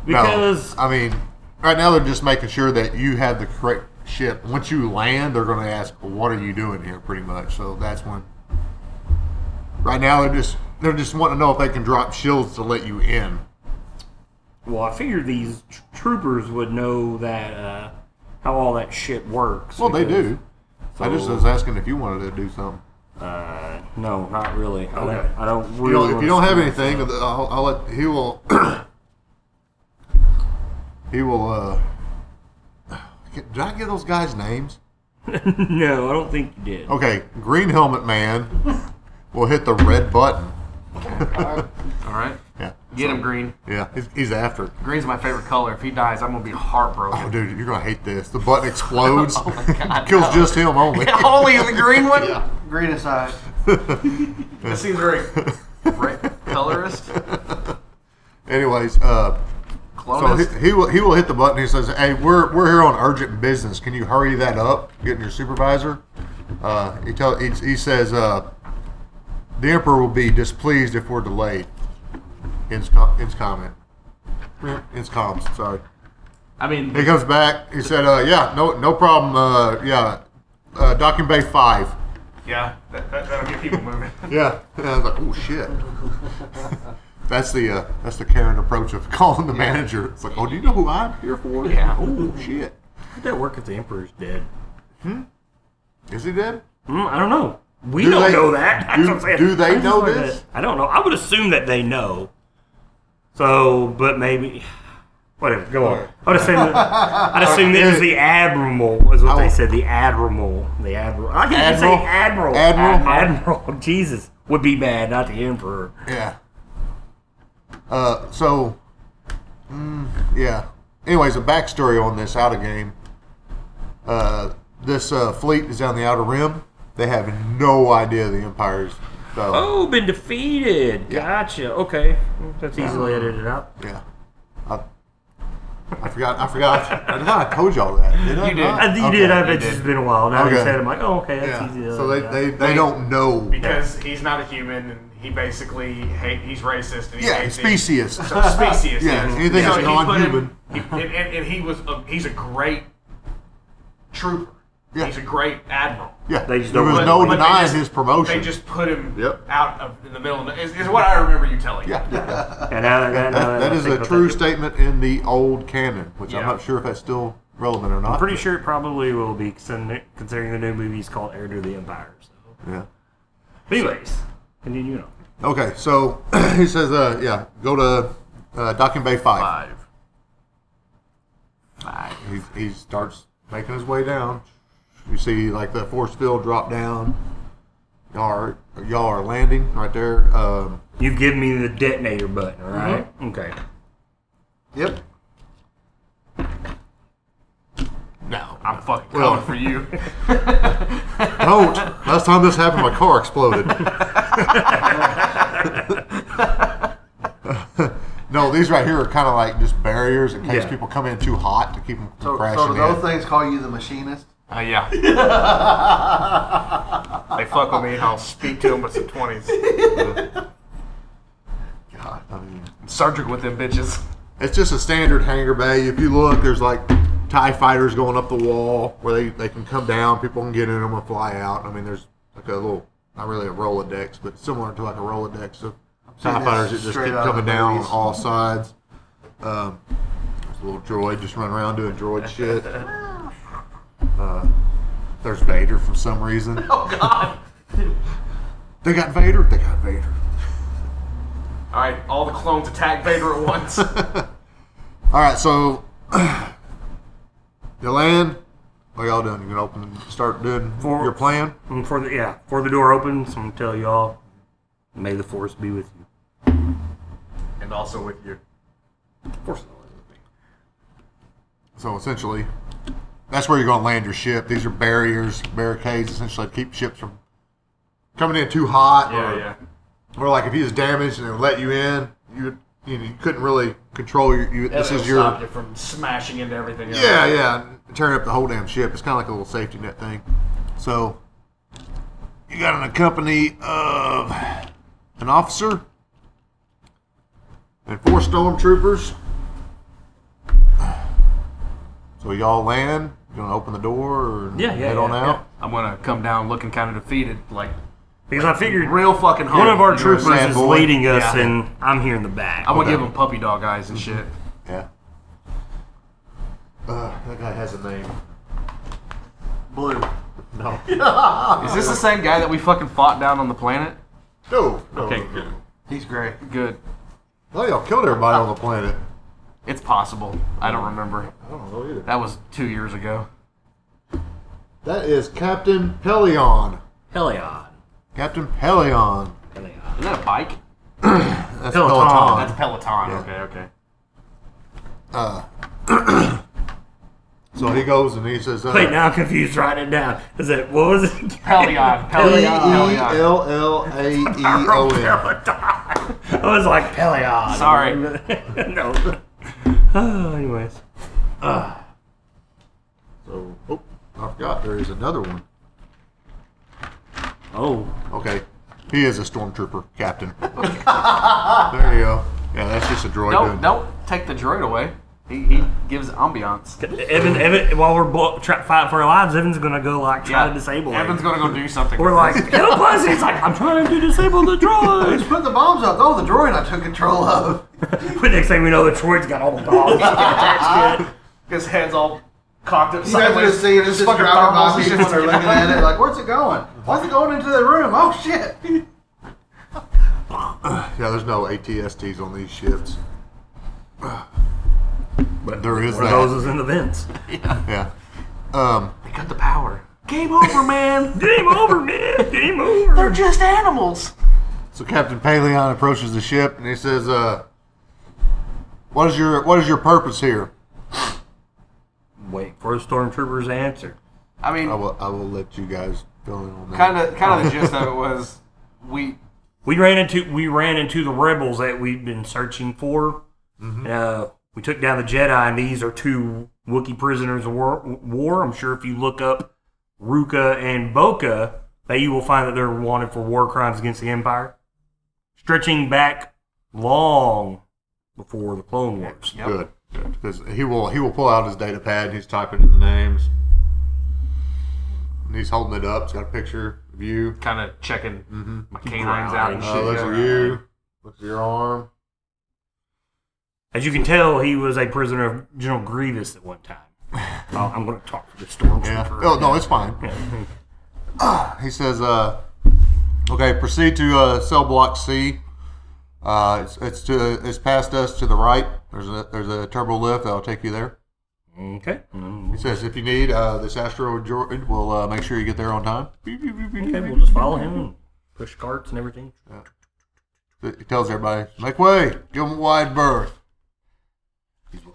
[SPEAKER 1] because
[SPEAKER 4] no, I mean, right now they're just making sure that you have the correct ship. Once you land, they're going to ask, "What are you doing here?" Pretty much. So that's when. Right now, they're just they're just wanting to know if they can drop shields to let you in.
[SPEAKER 1] Well, I figured these tr- troopers would know that uh, how all that shit works.
[SPEAKER 4] Well, they
[SPEAKER 1] because-
[SPEAKER 4] do. I just
[SPEAKER 1] So-
[SPEAKER 4] was asking if you wanted to do something.
[SPEAKER 1] Uh, no, not really. I don't.
[SPEAKER 4] Okay.
[SPEAKER 1] I don't
[SPEAKER 4] You
[SPEAKER 1] really.
[SPEAKER 4] know, if
[SPEAKER 1] wanna
[SPEAKER 4] you don't have
[SPEAKER 1] screw
[SPEAKER 4] anything, uh,
[SPEAKER 1] this up.
[SPEAKER 4] I'll, I'll let he will. he will. uh Did I give those guys names?
[SPEAKER 1] no, I don't think you did.
[SPEAKER 4] Okay, Green Helmet Man will hit the red button.
[SPEAKER 2] All right.
[SPEAKER 4] Yeah,
[SPEAKER 2] Get him green.
[SPEAKER 4] yeah, he's, he's after. it.
[SPEAKER 2] Green's my favorite color. If he dies, I'm gonna be heartbroken.
[SPEAKER 4] Oh, dude, you're gonna hate this. The button explodes.
[SPEAKER 2] Oh God,
[SPEAKER 4] Kills
[SPEAKER 2] no.
[SPEAKER 4] just him only.
[SPEAKER 2] Only the green one.
[SPEAKER 4] Yeah.
[SPEAKER 3] Green aside.
[SPEAKER 2] This seems very right colorist.
[SPEAKER 4] Anyways, uh,
[SPEAKER 3] Slow
[SPEAKER 4] So
[SPEAKER 3] down.
[SPEAKER 4] he, he will he will hit the button. He says, "Hey, we're we're here on urgent business. Can you hurry that up? Getting your supervisor." Uh, he tell he, he says, uh, "The emperor will be displeased if we're delayed." Ends, com- ends comment. Eh, Ends comms. Sorry.
[SPEAKER 2] I mean,
[SPEAKER 4] He comes back. He said, uh, "Yeah, no no problem. Uh, yeah, uh, docking bay five.
[SPEAKER 2] yeah, that, that, that'll get people moving.
[SPEAKER 4] Yeah." And I was like, "Oh shit." That's the uh, that's the Karen approach of calling the manager. It's like, "Oh, do you know who I'm here for?"
[SPEAKER 2] Yeah.
[SPEAKER 4] Oh shit.
[SPEAKER 1] How'd that work if the Emperor's dead?
[SPEAKER 4] Is he dead?
[SPEAKER 1] Mm, I don't know. We
[SPEAKER 4] Do
[SPEAKER 1] don't
[SPEAKER 4] they-
[SPEAKER 1] know that. That's
[SPEAKER 4] do-
[SPEAKER 1] what I'm saying.
[SPEAKER 4] do they
[SPEAKER 1] I just
[SPEAKER 4] know
[SPEAKER 1] learned
[SPEAKER 4] this?
[SPEAKER 1] that. I don't know. I would assume that they know. So, but maybe. Whatever, go on. I'd assume that, I'd assume that it was the admiral, is what
[SPEAKER 4] I
[SPEAKER 1] they
[SPEAKER 4] will-
[SPEAKER 1] said. The admiral, the admiral. I can't even say
[SPEAKER 4] Admiral?
[SPEAKER 1] admiral.
[SPEAKER 4] Admiral?
[SPEAKER 1] admiral. Jesus would be mad, not the emperor.
[SPEAKER 4] Yeah. Uh, so, mm, yeah. Anyways, a backstory on this outer game. Uh, this uh, fleet is on the outer rim. They have no idea the Empire's. So,
[SPEAKER 1] Oh, been defeated. Gotcha. Okay, that's easily edited out.
[SPEAKER 2] Oh.
[SPEAKER 4] yeah. I, I forgot. I forgot. I, thought I told y'all that. Did I
[SPEAKER 2] You did.
[SPEAKER 4] not?
[SPEAKER 1] I, you
[SPEAKER 4] Okay.
[SPEAKER 1] did. I bet
[SPEAKER 2] did.
[SPEAKER 1] it's been a while. Now you
[SPEAKER 4] Okay.
[SPEAKER 1] said, it, I'm like, oh, okay, that's
[SPEAKER 4] Yeah.
[SPEAKER 1] easy. to
[SPEAKER 4] So they,
[SPEAKER 1] edit out.
[SPEAKER 4] they, they don't know.
[SPEAKER 2] Because he's not a human, and he basically hate, he's racist. And he
[SPEAKER 4] Yeah,
[SPEAKER 2] hates
[SPEAKER 4] specious.
[SPEAKER 2] So species.
[SPEAKER 4] Yeah, anything that's
[SPEAKER 2] he put in-
[SPEAKER 4] non-human.
[SPEAKER 2] he- and, and, and he was a, he's a great trooper.
[SPEAKER 4] Yeah.
[SPEAKER 2] He's a great admiral.
[SPEAKER 4] Yeah,
[SPEAKER 1] They just
[SPEAKER 4] there
[SPEAKER 1] don't
[SPEAKER 4] was
[SPEAKER 1] know.
[SPEAKER 4] no
[SPEAKER 1] But they
[SPEAKER 4] denying
[SPEAKER 2] just-
[SPEAKER 4] his promotion.
[SPEAKER 2] They just put him
[SPEAKER 5] Yep.
[SPEAKER 2] out of, in the middle of the, is, is what I remember you telling.
[SPEAKER 4] yeah, yeah.
[SPEAKER 1] And now, now- now
[SPEAKER 4] That, that
[SPEAKER 1] I
[SPEAKER 4] is
[SPEAKER 1] think
[SPEAKER 4] a
[SPEAKER 1] about
[SPEAKER 4] true
[SPEAKER 1] that,
[SPEAKER 4] statement in the old canon, which I'm
[SPEAKER 2] Yeah.
[SPEAKER 4] not sure if that's still relevant or not.
[SPEAKER 1] I'm pretty sure it probably will be, considering considering the new movie is called Heir to the Empire. So.
[SPEAKER 4] Yeah.
[SPEAKER 1] Anyways, continue on.
[SPEAKER 4] Okay, so he says, uh, yeah, go to uh, Docking Bay 5.
[SPEAKER 3] five.
[SPEAKER 4] He, he starts making his way down. You see, like, the force field drop down. Y'all are, y'all are landing right there. Um,
[SPEAKER 1] You've given me the detonator button, all right?
[SPEAKER 2] Mm-hmm.
[SPEAKER 1] Okay.
[SPEAKER 4] yep.
[SPEAKER 2] No, I'm fucking
[SPEAKER 4] Well-
[SPEAKER 2] coming for you.
[SPEAKER 4] Don't. Last time this happened, my car exploded. no, these right here are kind of like just barriers in case
[SPEAKER 1] Yeah.
[SPEAKER 4] people come in too hot to keep them from
[SPEAKER 3] So,
[SPEAKER 4] crashing
[SPEAKER 3] so do those
[SPEAKER 4] in.
[SPEAKER 3] things call you the machinist?
[SPEAKER 2] Uh, yeah. they fuck with me, and I'll speak to them with some twenties.
[SPEAKER 4] God, I mean,
[SPEAKER 2] Surgical with them bitches.
[SPEAKER 4] it's just a standard hangar bay. If you look, there's like Tie fighters going up the wall where they, they can come down. People can get in them and fly out. I mean, there's like a little, not really a Rolodex, but similar to like a Rolodex of Tie
[SPEAKER 3] seeing
[SPEAKER 4] fighters that
[SPEAKER 3] this
[SPEAKER 4] just
[SPEAKER 3] straight
[SPEAKER 4] keep
[SPEAKER 3] out of
[SPEAKER 4] coming
[SPEAKER 3] the
[SPEAKER 4] down on
[SPEAKER 3] movies.
[SPEAKER 4] all sides. Um, there's a little droid just running around doing droid shit. Uh, there's Vader for some reason. Oh God! they got Vader. They got Vader.
[SPEAKER 2] All right, all the clones attack Vader at once.
[SPEAKER 4] All right, so you land. What y'all doing? You gonna open, start doing
[SPEAKER 1] For-
[SPEAKER 4] your plan?
[SPEAKER 1] And before the, yeah, before the door opens, I'm going to tell you all, may the force be with you.
[SPEAKER 2] and also with you.
[SPEAKER 1] Of course it
[SPEAKER 4] So essentially, that's where you're gonna land your ship. These are barriers, barricades, essentially to keep ships from coming in too hot.
[SPEAKER 2] Yeah,
[SPEAKER 4] or,
[SPEAKER 2] yeah.
[SPEAKER 4] Or like if he was damaged and they let you in, you you, know, you couldn't really control your. You, this
[SPEAKER 2] It'll
[SPEAKER 4] is your.
[SPEAKER 2] stop you from smashing into everything. else.
[SPEAKER 4] Yeah, yeah. Tearing up the whole damn ship. It's kind of like a little safety net thing. So, you got an company of an officer and four stormtroopers. So y'all land. You gonna open the door or
[SPEAKER 1] Yeah, yeah,
[SPEAKER 4] head on
[SPEAKER 1] yeah,
[SPEAKER 4] out?
[SPEAKER 2] I'm gonna come down looking kind of defeated, like
[SPEAKER 1] Because I figured
[SPEAKER 2] real fucking hungry.
[SPEAKER 1] one of our
[SPEAKER 2] you know what I'm
[SPEAKER 1] troopers
[SPEAKER 4] sad
[SPEAKER 2] saying?
[SPEAKER 1] is
[SPEAKER 4] boy.
[SPEAKER 1] leading us,
[SPEAKER 2] Yeah.
[SPEAKER 1] and I'm here in the back.
[SPEAKER 2] I'm gonna
[SPEAKER 4] Okay.
[SPEAKER 2] give him puppy dog eyes and shit.
[SPEAKER 4] Yeah. Uh, that guy has a name.
[SPEAKER 3] Blue.
[SPEAKER 4] No.
[SPEAKER 2] Is this the same guy that we fucking fought down on the planet?
[SPEAKER 4] No. no,
[SPEAKER 2] Okay,
[SPEAKER 4] no, no.
[SPEAKER 2] good.
[SPEAKER 3] He's great.
[SPEAKER 2] Good.
[SPEAKER 4] Well, y'all killed everybody on the planet.
[SPEAKER 2] It's possible. I don't remember.
[SPEAKER 5] I don't know either.
[SPEAKER 2] That was two years ago.
[SPEAKER 4] That is Captain Pelion.
[SPEAKER 1] Pelion.
[SPEAKER 4] Captain Pelion.
[SPEAKER 1] Pelion.
[SPEAKER 2] Is that a bike?
[SPEAKER 4] That's
[SPEAKER 1] Peloton.
[SPEAKER 4] Peloton.
[SPEAKER 2] That's Peloton.
[SPEAKER 4] Yeah.
[SPEAKER 2] Okay, okay.
[SPEAKER 4] So he goes and he says, uh,
[SPEAKER 1] Wait, now I'm confused. Write it down. Is it, what was it?
[SPEAKER 2] Pelion.
[SPEAKER 4] P E
[SPEAKER 2] Pelion. Pelion.
[SPEAKER 4] L L A E O N.
[SPEAKER 2] Oh,
[SPEAKER 1] Peloton. I was like Pelion.
[SPEAKER 2] Sorry.
[SPEAKER 1] no. Oh, anyways.
[SPEAKER 5] So
[SPEAKER 4] Oh, I forgot there is another one.
[SPEAKER 1] Oh,
[SPEAKER 4] Okay. He is a stormtrooper captain. there you go. Yeah, that's just a droid.
[SPEAKER 2] Don't
[SPEAKER 4] doing-
[SPEAKER 2] don't take the droid away. He, he gives ambiance.
[SPEAKER 1] Evan, Evan, while we're bo- try, fighting for our lives, Evan's gonna go like try to disable it.
[SPEAKER 2] Evan's gonna go do something.
[SPEAKER 1] We're like, it'll buzz. He's like, I'm trying to disable the droid.
[SPEAKER 3] Just put the bombs up. Oh, the droid I took control of.
[SPEAKER 1] but next thing we know, the droid's got all the bombs. attached to it.
[SPEAKER 2] his head's all cocked up
[SPEAKER 3] You guys are just seeing this fucking driving by people and they're looking at it like, where's it going? Why's it going into the room? Oh shit!
[SPEAKER 4] Yeah, there's no ATSTs on these ships. But there is
[SPEAKER 1] One of those
[SPEAKER 4] that.
[SPEAKER 1] is in the vents.
[SPEAKER 4] Yeah. Um,
[SPEAKER 2] They cut the power. Game over, man.
[SPEAKER 1] Game over, man. Game over.
[SPEAKER 2] They're just animals.
[SPEAKER 4] so Captain Paleon approaches the ship and he says, uh, "What is your what is your purpose here?"
[SPEAKER 1] Wait for the stormtrooper's answer.
[SPEAKER 2] I mean,
[SPEAKER 4] I will I will let you guys fill in on that.
[SPEAKER 2] kind of kind of the gist of it was we
[SPEAKER 1] We ran into we ran into the rebels that we've been searching for.
[SPEAKER 4] Mm-hmm.
[SPEAKER 1] Uh, we took down the Jedi, and these are two Wookiee prisoners of war, war. I'm sure if you look up Ruka and Boca, that you will find that they're wanted for war crimes against the Empire, stretching back long before the Clone Wars.
[SPEAKER 2] Yep.
[SPEAKER 4] Good. Because he will he will pull out his data pad and he's typing in the names. And he's holding it up. He's got a picture of you.
[SPEAKER 2] kind of checking
[SPEAKER 4] Mm-hmm.
[SPEAKER 2] my canines out and
[SPEAKER 4] Uh,
[SPEAKER 2] shit.
[SPEAKER 4] looks at
[SPEAKER 2] yeah.
[SPEAKER 4] you.
[SPEAKER 5] looks at your arm.
[SPEAKER 1] As you can tell, he was a prisoner of General Grievous at one time. Oh, I'm going to talk to the stormtrooper.
[SPEAKER 4] Yeah. Oh no, it's fine. He says, uh, "Okay, proceed to uh, cell block C. Uh, it's, it's to it's past us to the right. There's a there's a turbo lift that'll take you there."
[SPEAKER 1] Okay. Mm,
[SPEAKER 4] He says, "If you need uh, this asteroid droid, will uh, make sure you get there on time." Beep, beep, beep, beep,
[SPEAKER 1] Okay,
[SPEAKER 4] beep.
[SPEAKER 1] we'll just follow him and push carts and everything.
[SPEAKER 4] He tells everybody, "Make way! Give him a wide berth."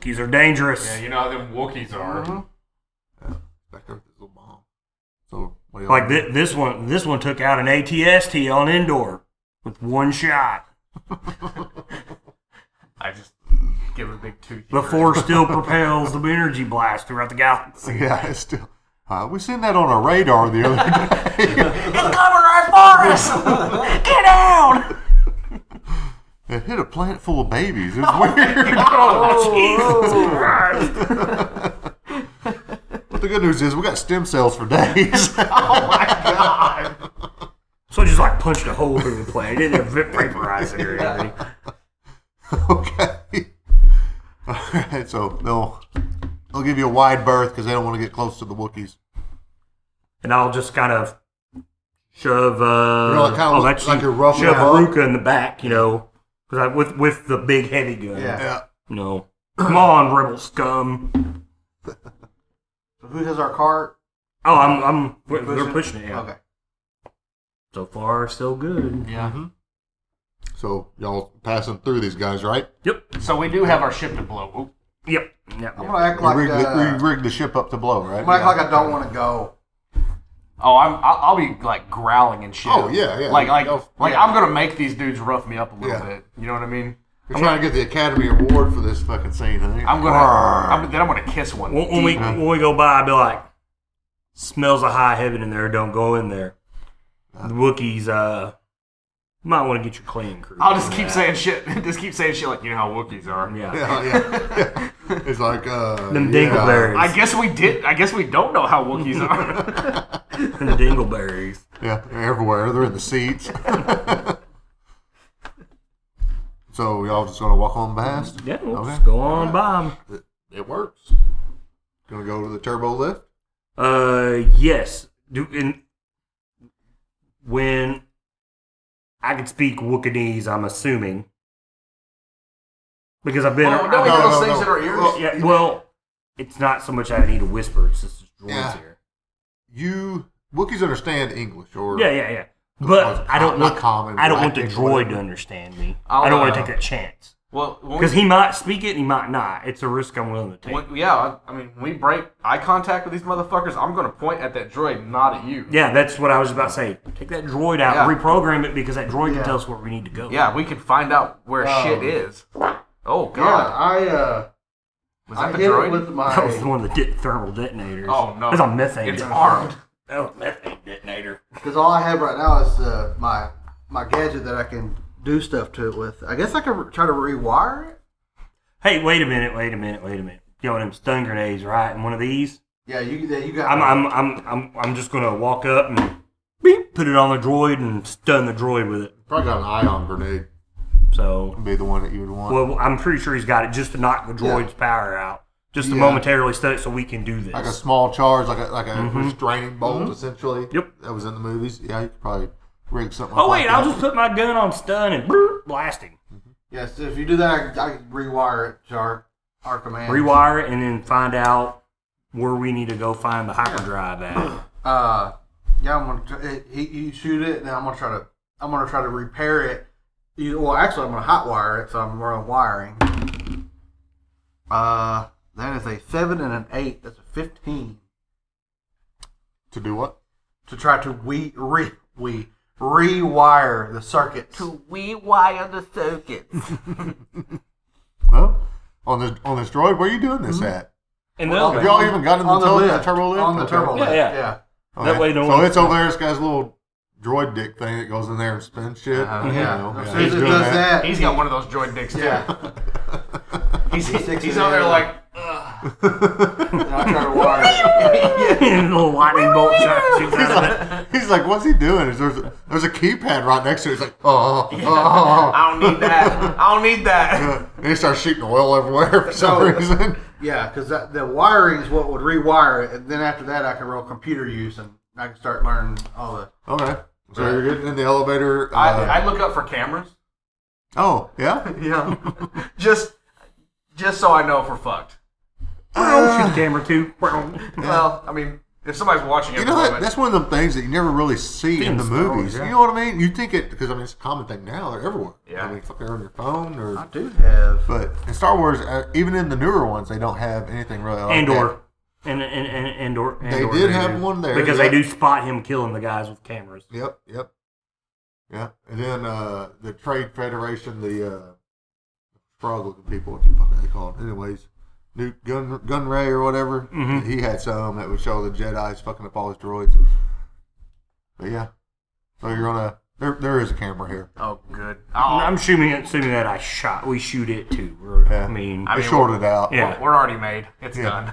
[SPEAKER 1] These are dangerous.
[SPEAKER 6] Yeah, you know how them Wookiees are.
[SPEAKER 2] Mm-hmm.
[SPEAKER 4] Back there with his little bomb. So what do y'all
[SPEAKER 1] Like
[SPEAKER 4] do?
[SPEAKER 1] thi- this one, this one took out an ATST on indoor with one shot.
[SPEAKER 2] I just give it a big tooth.
[SPEAKER 1] The force still propels the energy blast throughout the galaxy.
[SPEAKER 4] Yeah, it's still. Uh, we seen that on a radar the other day.
[SPEAKER 1] Get down!
[SPEAKER 4] it hit a planet full of babies. It's weird.
[SPEAKER 1] Oh, Jesus Christ!
[SPEAKER 4] But the good news is we got stem cells for days.
[SPEAKER 1] So it just like punched a hole through the plane. It didn't va- vaporize it or anything.
[SPEAKER 4] okay. All right, so they'll they'll give you a wide berth because they don't want to get close to the Wookiees.
[SPEAKER 1] And I'll just kind of shove. Uh,
[SPEAKER 4] like, kinda
[SPEAKER 1] oh,
[SPEAKER 4] look
[SPEAKER 1] that's
[SPEAKER 4] like
[SPEAKER 1] you.
[SPEAKER 4] you're roughing
[SPEAKER 1] shove
[SPEAKER 4] it up.
[SPEAKER 1] Ruka in the back, you know, because I with with the big heavy gun.
[SPEAKER 3] Yeah.
[SPEAKER 4] Yeah.
[SPEAKER 1] No. Come on, rebel scum.
[SPEAKER 3] So who has our cart?
[SPEAKER 1] Oh, I'm. I'm. We're,
[SPEAKER 3] Push
[SPEAKER 1] they're
[SPEAKER 3] it?
[SPEAKER 1] pushing it. Yeah.
[SPEAKER 3] Okay.
[SPEAKER 1] So far, so good.
[SPEAKER 2] Yeah.
[SPEAKER 4] So y'all passing through these guys, right?
[SPEAKER 1] Yep.
[SPEAKER 2] So we do have our ship to blow. Oop.
[SPEAKER 1] Yep. Yep.
[SPEAKER 3] I'm
[SPEAKER 1] yep.
[SPEAKER 3] gonna act
[SPEAKER 4] We
[SPEAKER 3] like
[SPEAKER 4] rigged, the,
[SPEAKER 3] uh,
[SPEAKER 4] we rigged the ship up to blow, right?
[SPEAKER 3] I'm gonna act like I don't want to go.
[SPEAKER 2] Oh, I'm. I'll, I'll be like growling and shit.
[SPEAKER 4] Oh, yeah, yeah.
[SPEAKER 2] Like like
[SPEAKER 4] Oh,
[SPEAKER 2] like
[SPEAKER 4] yeah.
[SPEAKER 2] I'm gonna make these dudes rough me up a little
[SPEAKER 4] Yeah.
[SPEAKER 2] bit. You know what I mean?
[SPEAKER 4] We're trying to get the Academy Award for this fucking scene, honey.
[SPEAKER 2] I'm gonna. I'm, then I'm gonna kiss one.
[SPEAKER 1] When, when we
[SPEAKER 4] Mhm.
[SPEAKER 1] when we go by, I'll be like, "Smells of high heaven in there. Don't go in there." The Wookiees, uh, might want to get your clean crew.
[SPEAKER 2] I'll just keep saying shit. Just keep saying shit like you know how Wookiees are.
[SPEAKER 1] Yeah.
[SPEAKER 4] Yeah, yeah, yeah. It's like uh,
[SPEAKER 1] Them
[SPEAKER 4] yeah.
[SPEAKER 1] dingleberries.
[SPEAKER 2] I guess we did. I guess we don't know how Wookiees are.
[SPEAKER 1] Them dingleberries.
[SPEAKER 4] Yeah, they're everywhere. They're in the seats. so y'all just gonna walk on past?
[SPEAKER 1] Yeah. We'll
[SPEAKER 4] Okay.
[SPEAKER 1] just go on by 'em.
[SPEAKER 4] It works. Gonna go to the turbo lift.
[SPEAKER 1] Uh, yes. Do in when I could speak Wookiee, I'm assuming because I've been. I've-
[SPEAKER 2] Oh, no, we
[SPEAKER 4] No,
[SPEAKER 2] got
[SPEAKER 4] no,
[SPEAKER 2] those things
[SPEAKER 4] no.
[SPEAKER 2] in our ears.
[SPEAKER 4] Well,
[SPEAKER 1] Yeah, well, it's not so much I need to whisper, it's just the droids
[SPEAKER 4] Yeah.
[SPEAKER 1] here.
[SPEAKER 4] You Wookiees understand English, or
[SPEAKER 1] Yeah, yeah, yeah. But
[SPEAKER 4] Or
[SPEAKER 1] I don't
[SPEAKER 4] not
[SPEAKER 1] want
[SPEAKER 4] common,
[SPEAKER 1] I don't want the
[SPEAKER 4] black,
[SPEAKER 1] droid to
[SPEAKER 4] whatever.
[SPEAKER 1] understand me.
[SPEAKER 2] I'll,
[SPEAKER 1] I don't want
[SPEAKER 2] uh,
[SPEAKER 1] to take that chance
[SPEAKER 2] Well, when we-
[SPEAKER 1] because he might speak it, and he might not. It's a risk I'm willing to take.
[SPEAKER 2] When, yeah, I, I mean, we break eye contact with these motherfuckers. I'm gonna point at that droid, not at you.
[SPEAKER 1] Yeah, that's what I was about to say. Take that droid out,
[SPEAKER 2] Yeah.
[SPEAKER 1] reprogram it because that droid
[SPEAKER 3] Yeah.
[SPEAKER 1] can tell us where we need to go.
[SPEAKER 4] Oh.
[SPEAKER 2] Yeah, we can find out where
[SPEAKER 3] Um,
[SPEAKER 2] shit is. Oh
[SPEAKER 3] Yeah,
[SPEAKER 2] god,
[SPEAKER 3] I uh,
[SPEAKER 2] Was
[SPEAKER 3] I
[SPEAKER 2] that the
[SPEAKER 3] get it
[SPEAKER 2] droid?
[SPEAKER 3] with my.
[SPEAKER 1] That was the one that did thermal detonators.
[SPEAKER 2] oh no,
[SPEAKER 1] That's a methane
[SPEAKER 2] It's
[SPEAKER 1] detonator.
[SPEAKER 2] armed.
[SPEAKER 1] That was a methane detonator.
[SPEAKER 3] Because all I have right now is uh, my my gadget that I can do stuff to it with. I guess I could re- try to rewire it.
[SPEAKER 1] Hey, wait a minute, wait a minute, wait a minute. Yo, them stun grenades, right? And one of these.
[SPEAKER 3] Yeah, you that you got.
[SPEAKER 1] I'm, I'm, I'm, I'm, I'm just gonna walk up and beep, put it on the droid and stun the droid with it.
[SPEAKER 4] Probably got an ion grenade.
[SPEAKER 1] So,
[SPEAKER 4] Would be the one that you would want.
[SPEAKER 1] well, I'm pretty sure he's got it just to knock the droid's power out, just to
[SPEAKER 4] Yeah.
[SPEAKER 1] momentarily stun it, so we can do this.
[SPEAKER 4] like a small charge, like a like a restraining bolt, essentially.
[SPEAKER 1] Mm-hmm. Yep.
[SPEAKER 4] That was in the movies. Yeah, you could probably rig something.
[SPEAKER 1] oh
[SPEAKER 4] up
[SPEAKER 1] wait,
[SPEAKER 4] like
[SPEAKER 1] I'll
[SPEAKER 4] that.
[SPEAKER 1] just put my gun on stun and brrr, blast him,
[SPEAKER 3] Yes, if you do that, I, I can rewire it to our, our command.
[SPEAKER 1] rewire it, and then find out where we need to go find the hyperdrive at.
[SPEAKER 3] Uh, yeah, I'm gonna. Try, it, he, you shoot it, and then I'm gonna try to. I'm gonna try to repair it. You, well, actually, I'm gonna hotwire it, so I'm running wiring. Uh, that is a seven and an eight. That's a fifteen.
[SPEAKER 4] to do what?
[SPEAKER 3] to try to we re we rewire the circuits.
[SPEAKER 2] rewire the circuit.
[SPEAKER 4] Well, on this on this droid, where are you doing
[SPEAKER 1] Mm-hmm.
[SPEAKER 4] this at?
[SPEAKER 1] And the
[SPEAKER 3] Well,
[SPEAKER 1] other
[SPEAKER 4] Have
[SPEAKER 3] Okay.
[SPEAKER 4] y'all even gotten
[SPEAKER 3] on
[SPEAKER 4] the,
[SPEAKER 3] the
[SPEAKER 4] turbo-
[SPEAKER 3] lift,
[SPEAKER 4] the turbo lift?
[SPEAKER 3] on the
[SPEAKER 4] Okay.
[SPEAKER 3] turbo lift,
[SPEAKER 1] yeah.
[SPEAKER 3] yeah.
[SPEAKER 1] That way no
[SPEAKER 4] so
[SPEAKER 1] one-
[SPEAKER 4] it's over there. This guy's little droid dick thing that goes in there and spins shit.
[SPEAKER 2] Uh-huh.
[SPEAKER 4] You
[SPEAKER 3] Yeah.
[SPEAKER 4] know,
[SPEAKER 3] As
[SPEAKER 4] yeah,
[SPEAKER 3] soon as
[SPEAKER 4] he's
[SPEAKER 3] it
[SPEAKER 4] doing
[SPEAKER 3] does
[SPEAKER 4] that.
[SPEAKER 3] that,
[SPEAKER 2] He's got one of those joint dicks too.
[SPEAKER 3] yeah.
[SPEAKER 2] He's, he's,
[SPEAKER 3] Sticks it
[SPEAKER 2] on there
[SPEAKER 3] in.
[SPEAKER 2] like,
[SPEAKER 3] And I try to wire it.
[SPEAKER 1] little lightning bolt shot shoots out of it.
[SPEAKER 4] He's like, what's he doing? Is There's a, there's a keypad right next to it. He's like, oh, oh, oh,
[SPEAKER 2] I don't need that. I don't need that.
[SPEAKER 4] oh. And he starts shooting oil everywhere for some
[SPEAKER 3] No.
[SPEAKER 4] reason.
[SPEAKER 3] Yeah, because the wiring is what would rewire it, and then after that, I can roll computer use and I can start learning all the.
[SPEAKER 4] Okay. So you're getting in the elevator. Uh,
[SPEAKER 2] I, I look up for cameras.
[SPEAKER 4] oh, yeah?
[SPEAKER 2] Yeah. just, just so I know if we're fucked.
[SPEAKER 1] Shoot the camera too.
[SPEAKER 2] Well, I mean, if somebody's watching
[SPEAKER 4] You
[SPEAKER 2] at
[SPEAKER 4] know,
[SPEAKER 2] the
[SPEAKER 4] that,
[SPEAKER 2] moment,
[SPEAKER 4] that's one of the things that you never really see in the
[SPEAKER 1] Things thrown,
[SPEAKER 4] movies.
[SPEAKER 1] yeah.
[SPEAKER 4] You know what I mean? You think it, because I mean, it's a common thing now. They're everywhere.
[SPEAKER 2] Yeah.
[SPEAKER 4] I mean, fuck, they're on your phone
[SPEAKER 3] I
[SPEAKER 4] or.
[SPEAKER 3] do have.
[SPEAKER 4] But in Star Wars, uh, even in the newer ones, they don't have anything really like
[SPEAKER 1] Andor.
[SPEAKER 4] that.
[SPEAKER 1] And, and, and Andor, Andor.
[SPEAKER 4] They did have
[SPEAKER 1] do.
[SPEAKER 4] one there,
[SPEAKER 1] Because
[SPEAKER 4] yeah.
[SPEAKER 1] they do spot him killing the guys with cameras.
[SPEAKER 4] Yep, yep. Yeah. And then uh, the Trade Federation, the uh, frog looking people, what the fuck are they called? Anyways, Newt Gun Gunray or whatever,
[SPEAKER 1] Mhm.
[SPEAKER 4] he had some that would show the Jedi's fucking up all his droids. But yeah. So you're on a. There, there is a camera here.
[SPEAKER 2] oh, good.
[SPEAKER 1] I'm
[SPEAKER 2] Oh,
[SPEAKER 1] assuming assuming that I shot. We shoot it too. We're-
[SPEAKER 4] Yeah.
[SPEAKER 1] I mean,
[SPEAKER 4] I
[SPEAKER 2] I mean,
[SPEAKER 4] shorted out.
[SPEAKER 1] yeah.
[SPEAKER 2] we're already made. It's
[SPEAKER 4] Yeah.
[SPEAKER 2] done.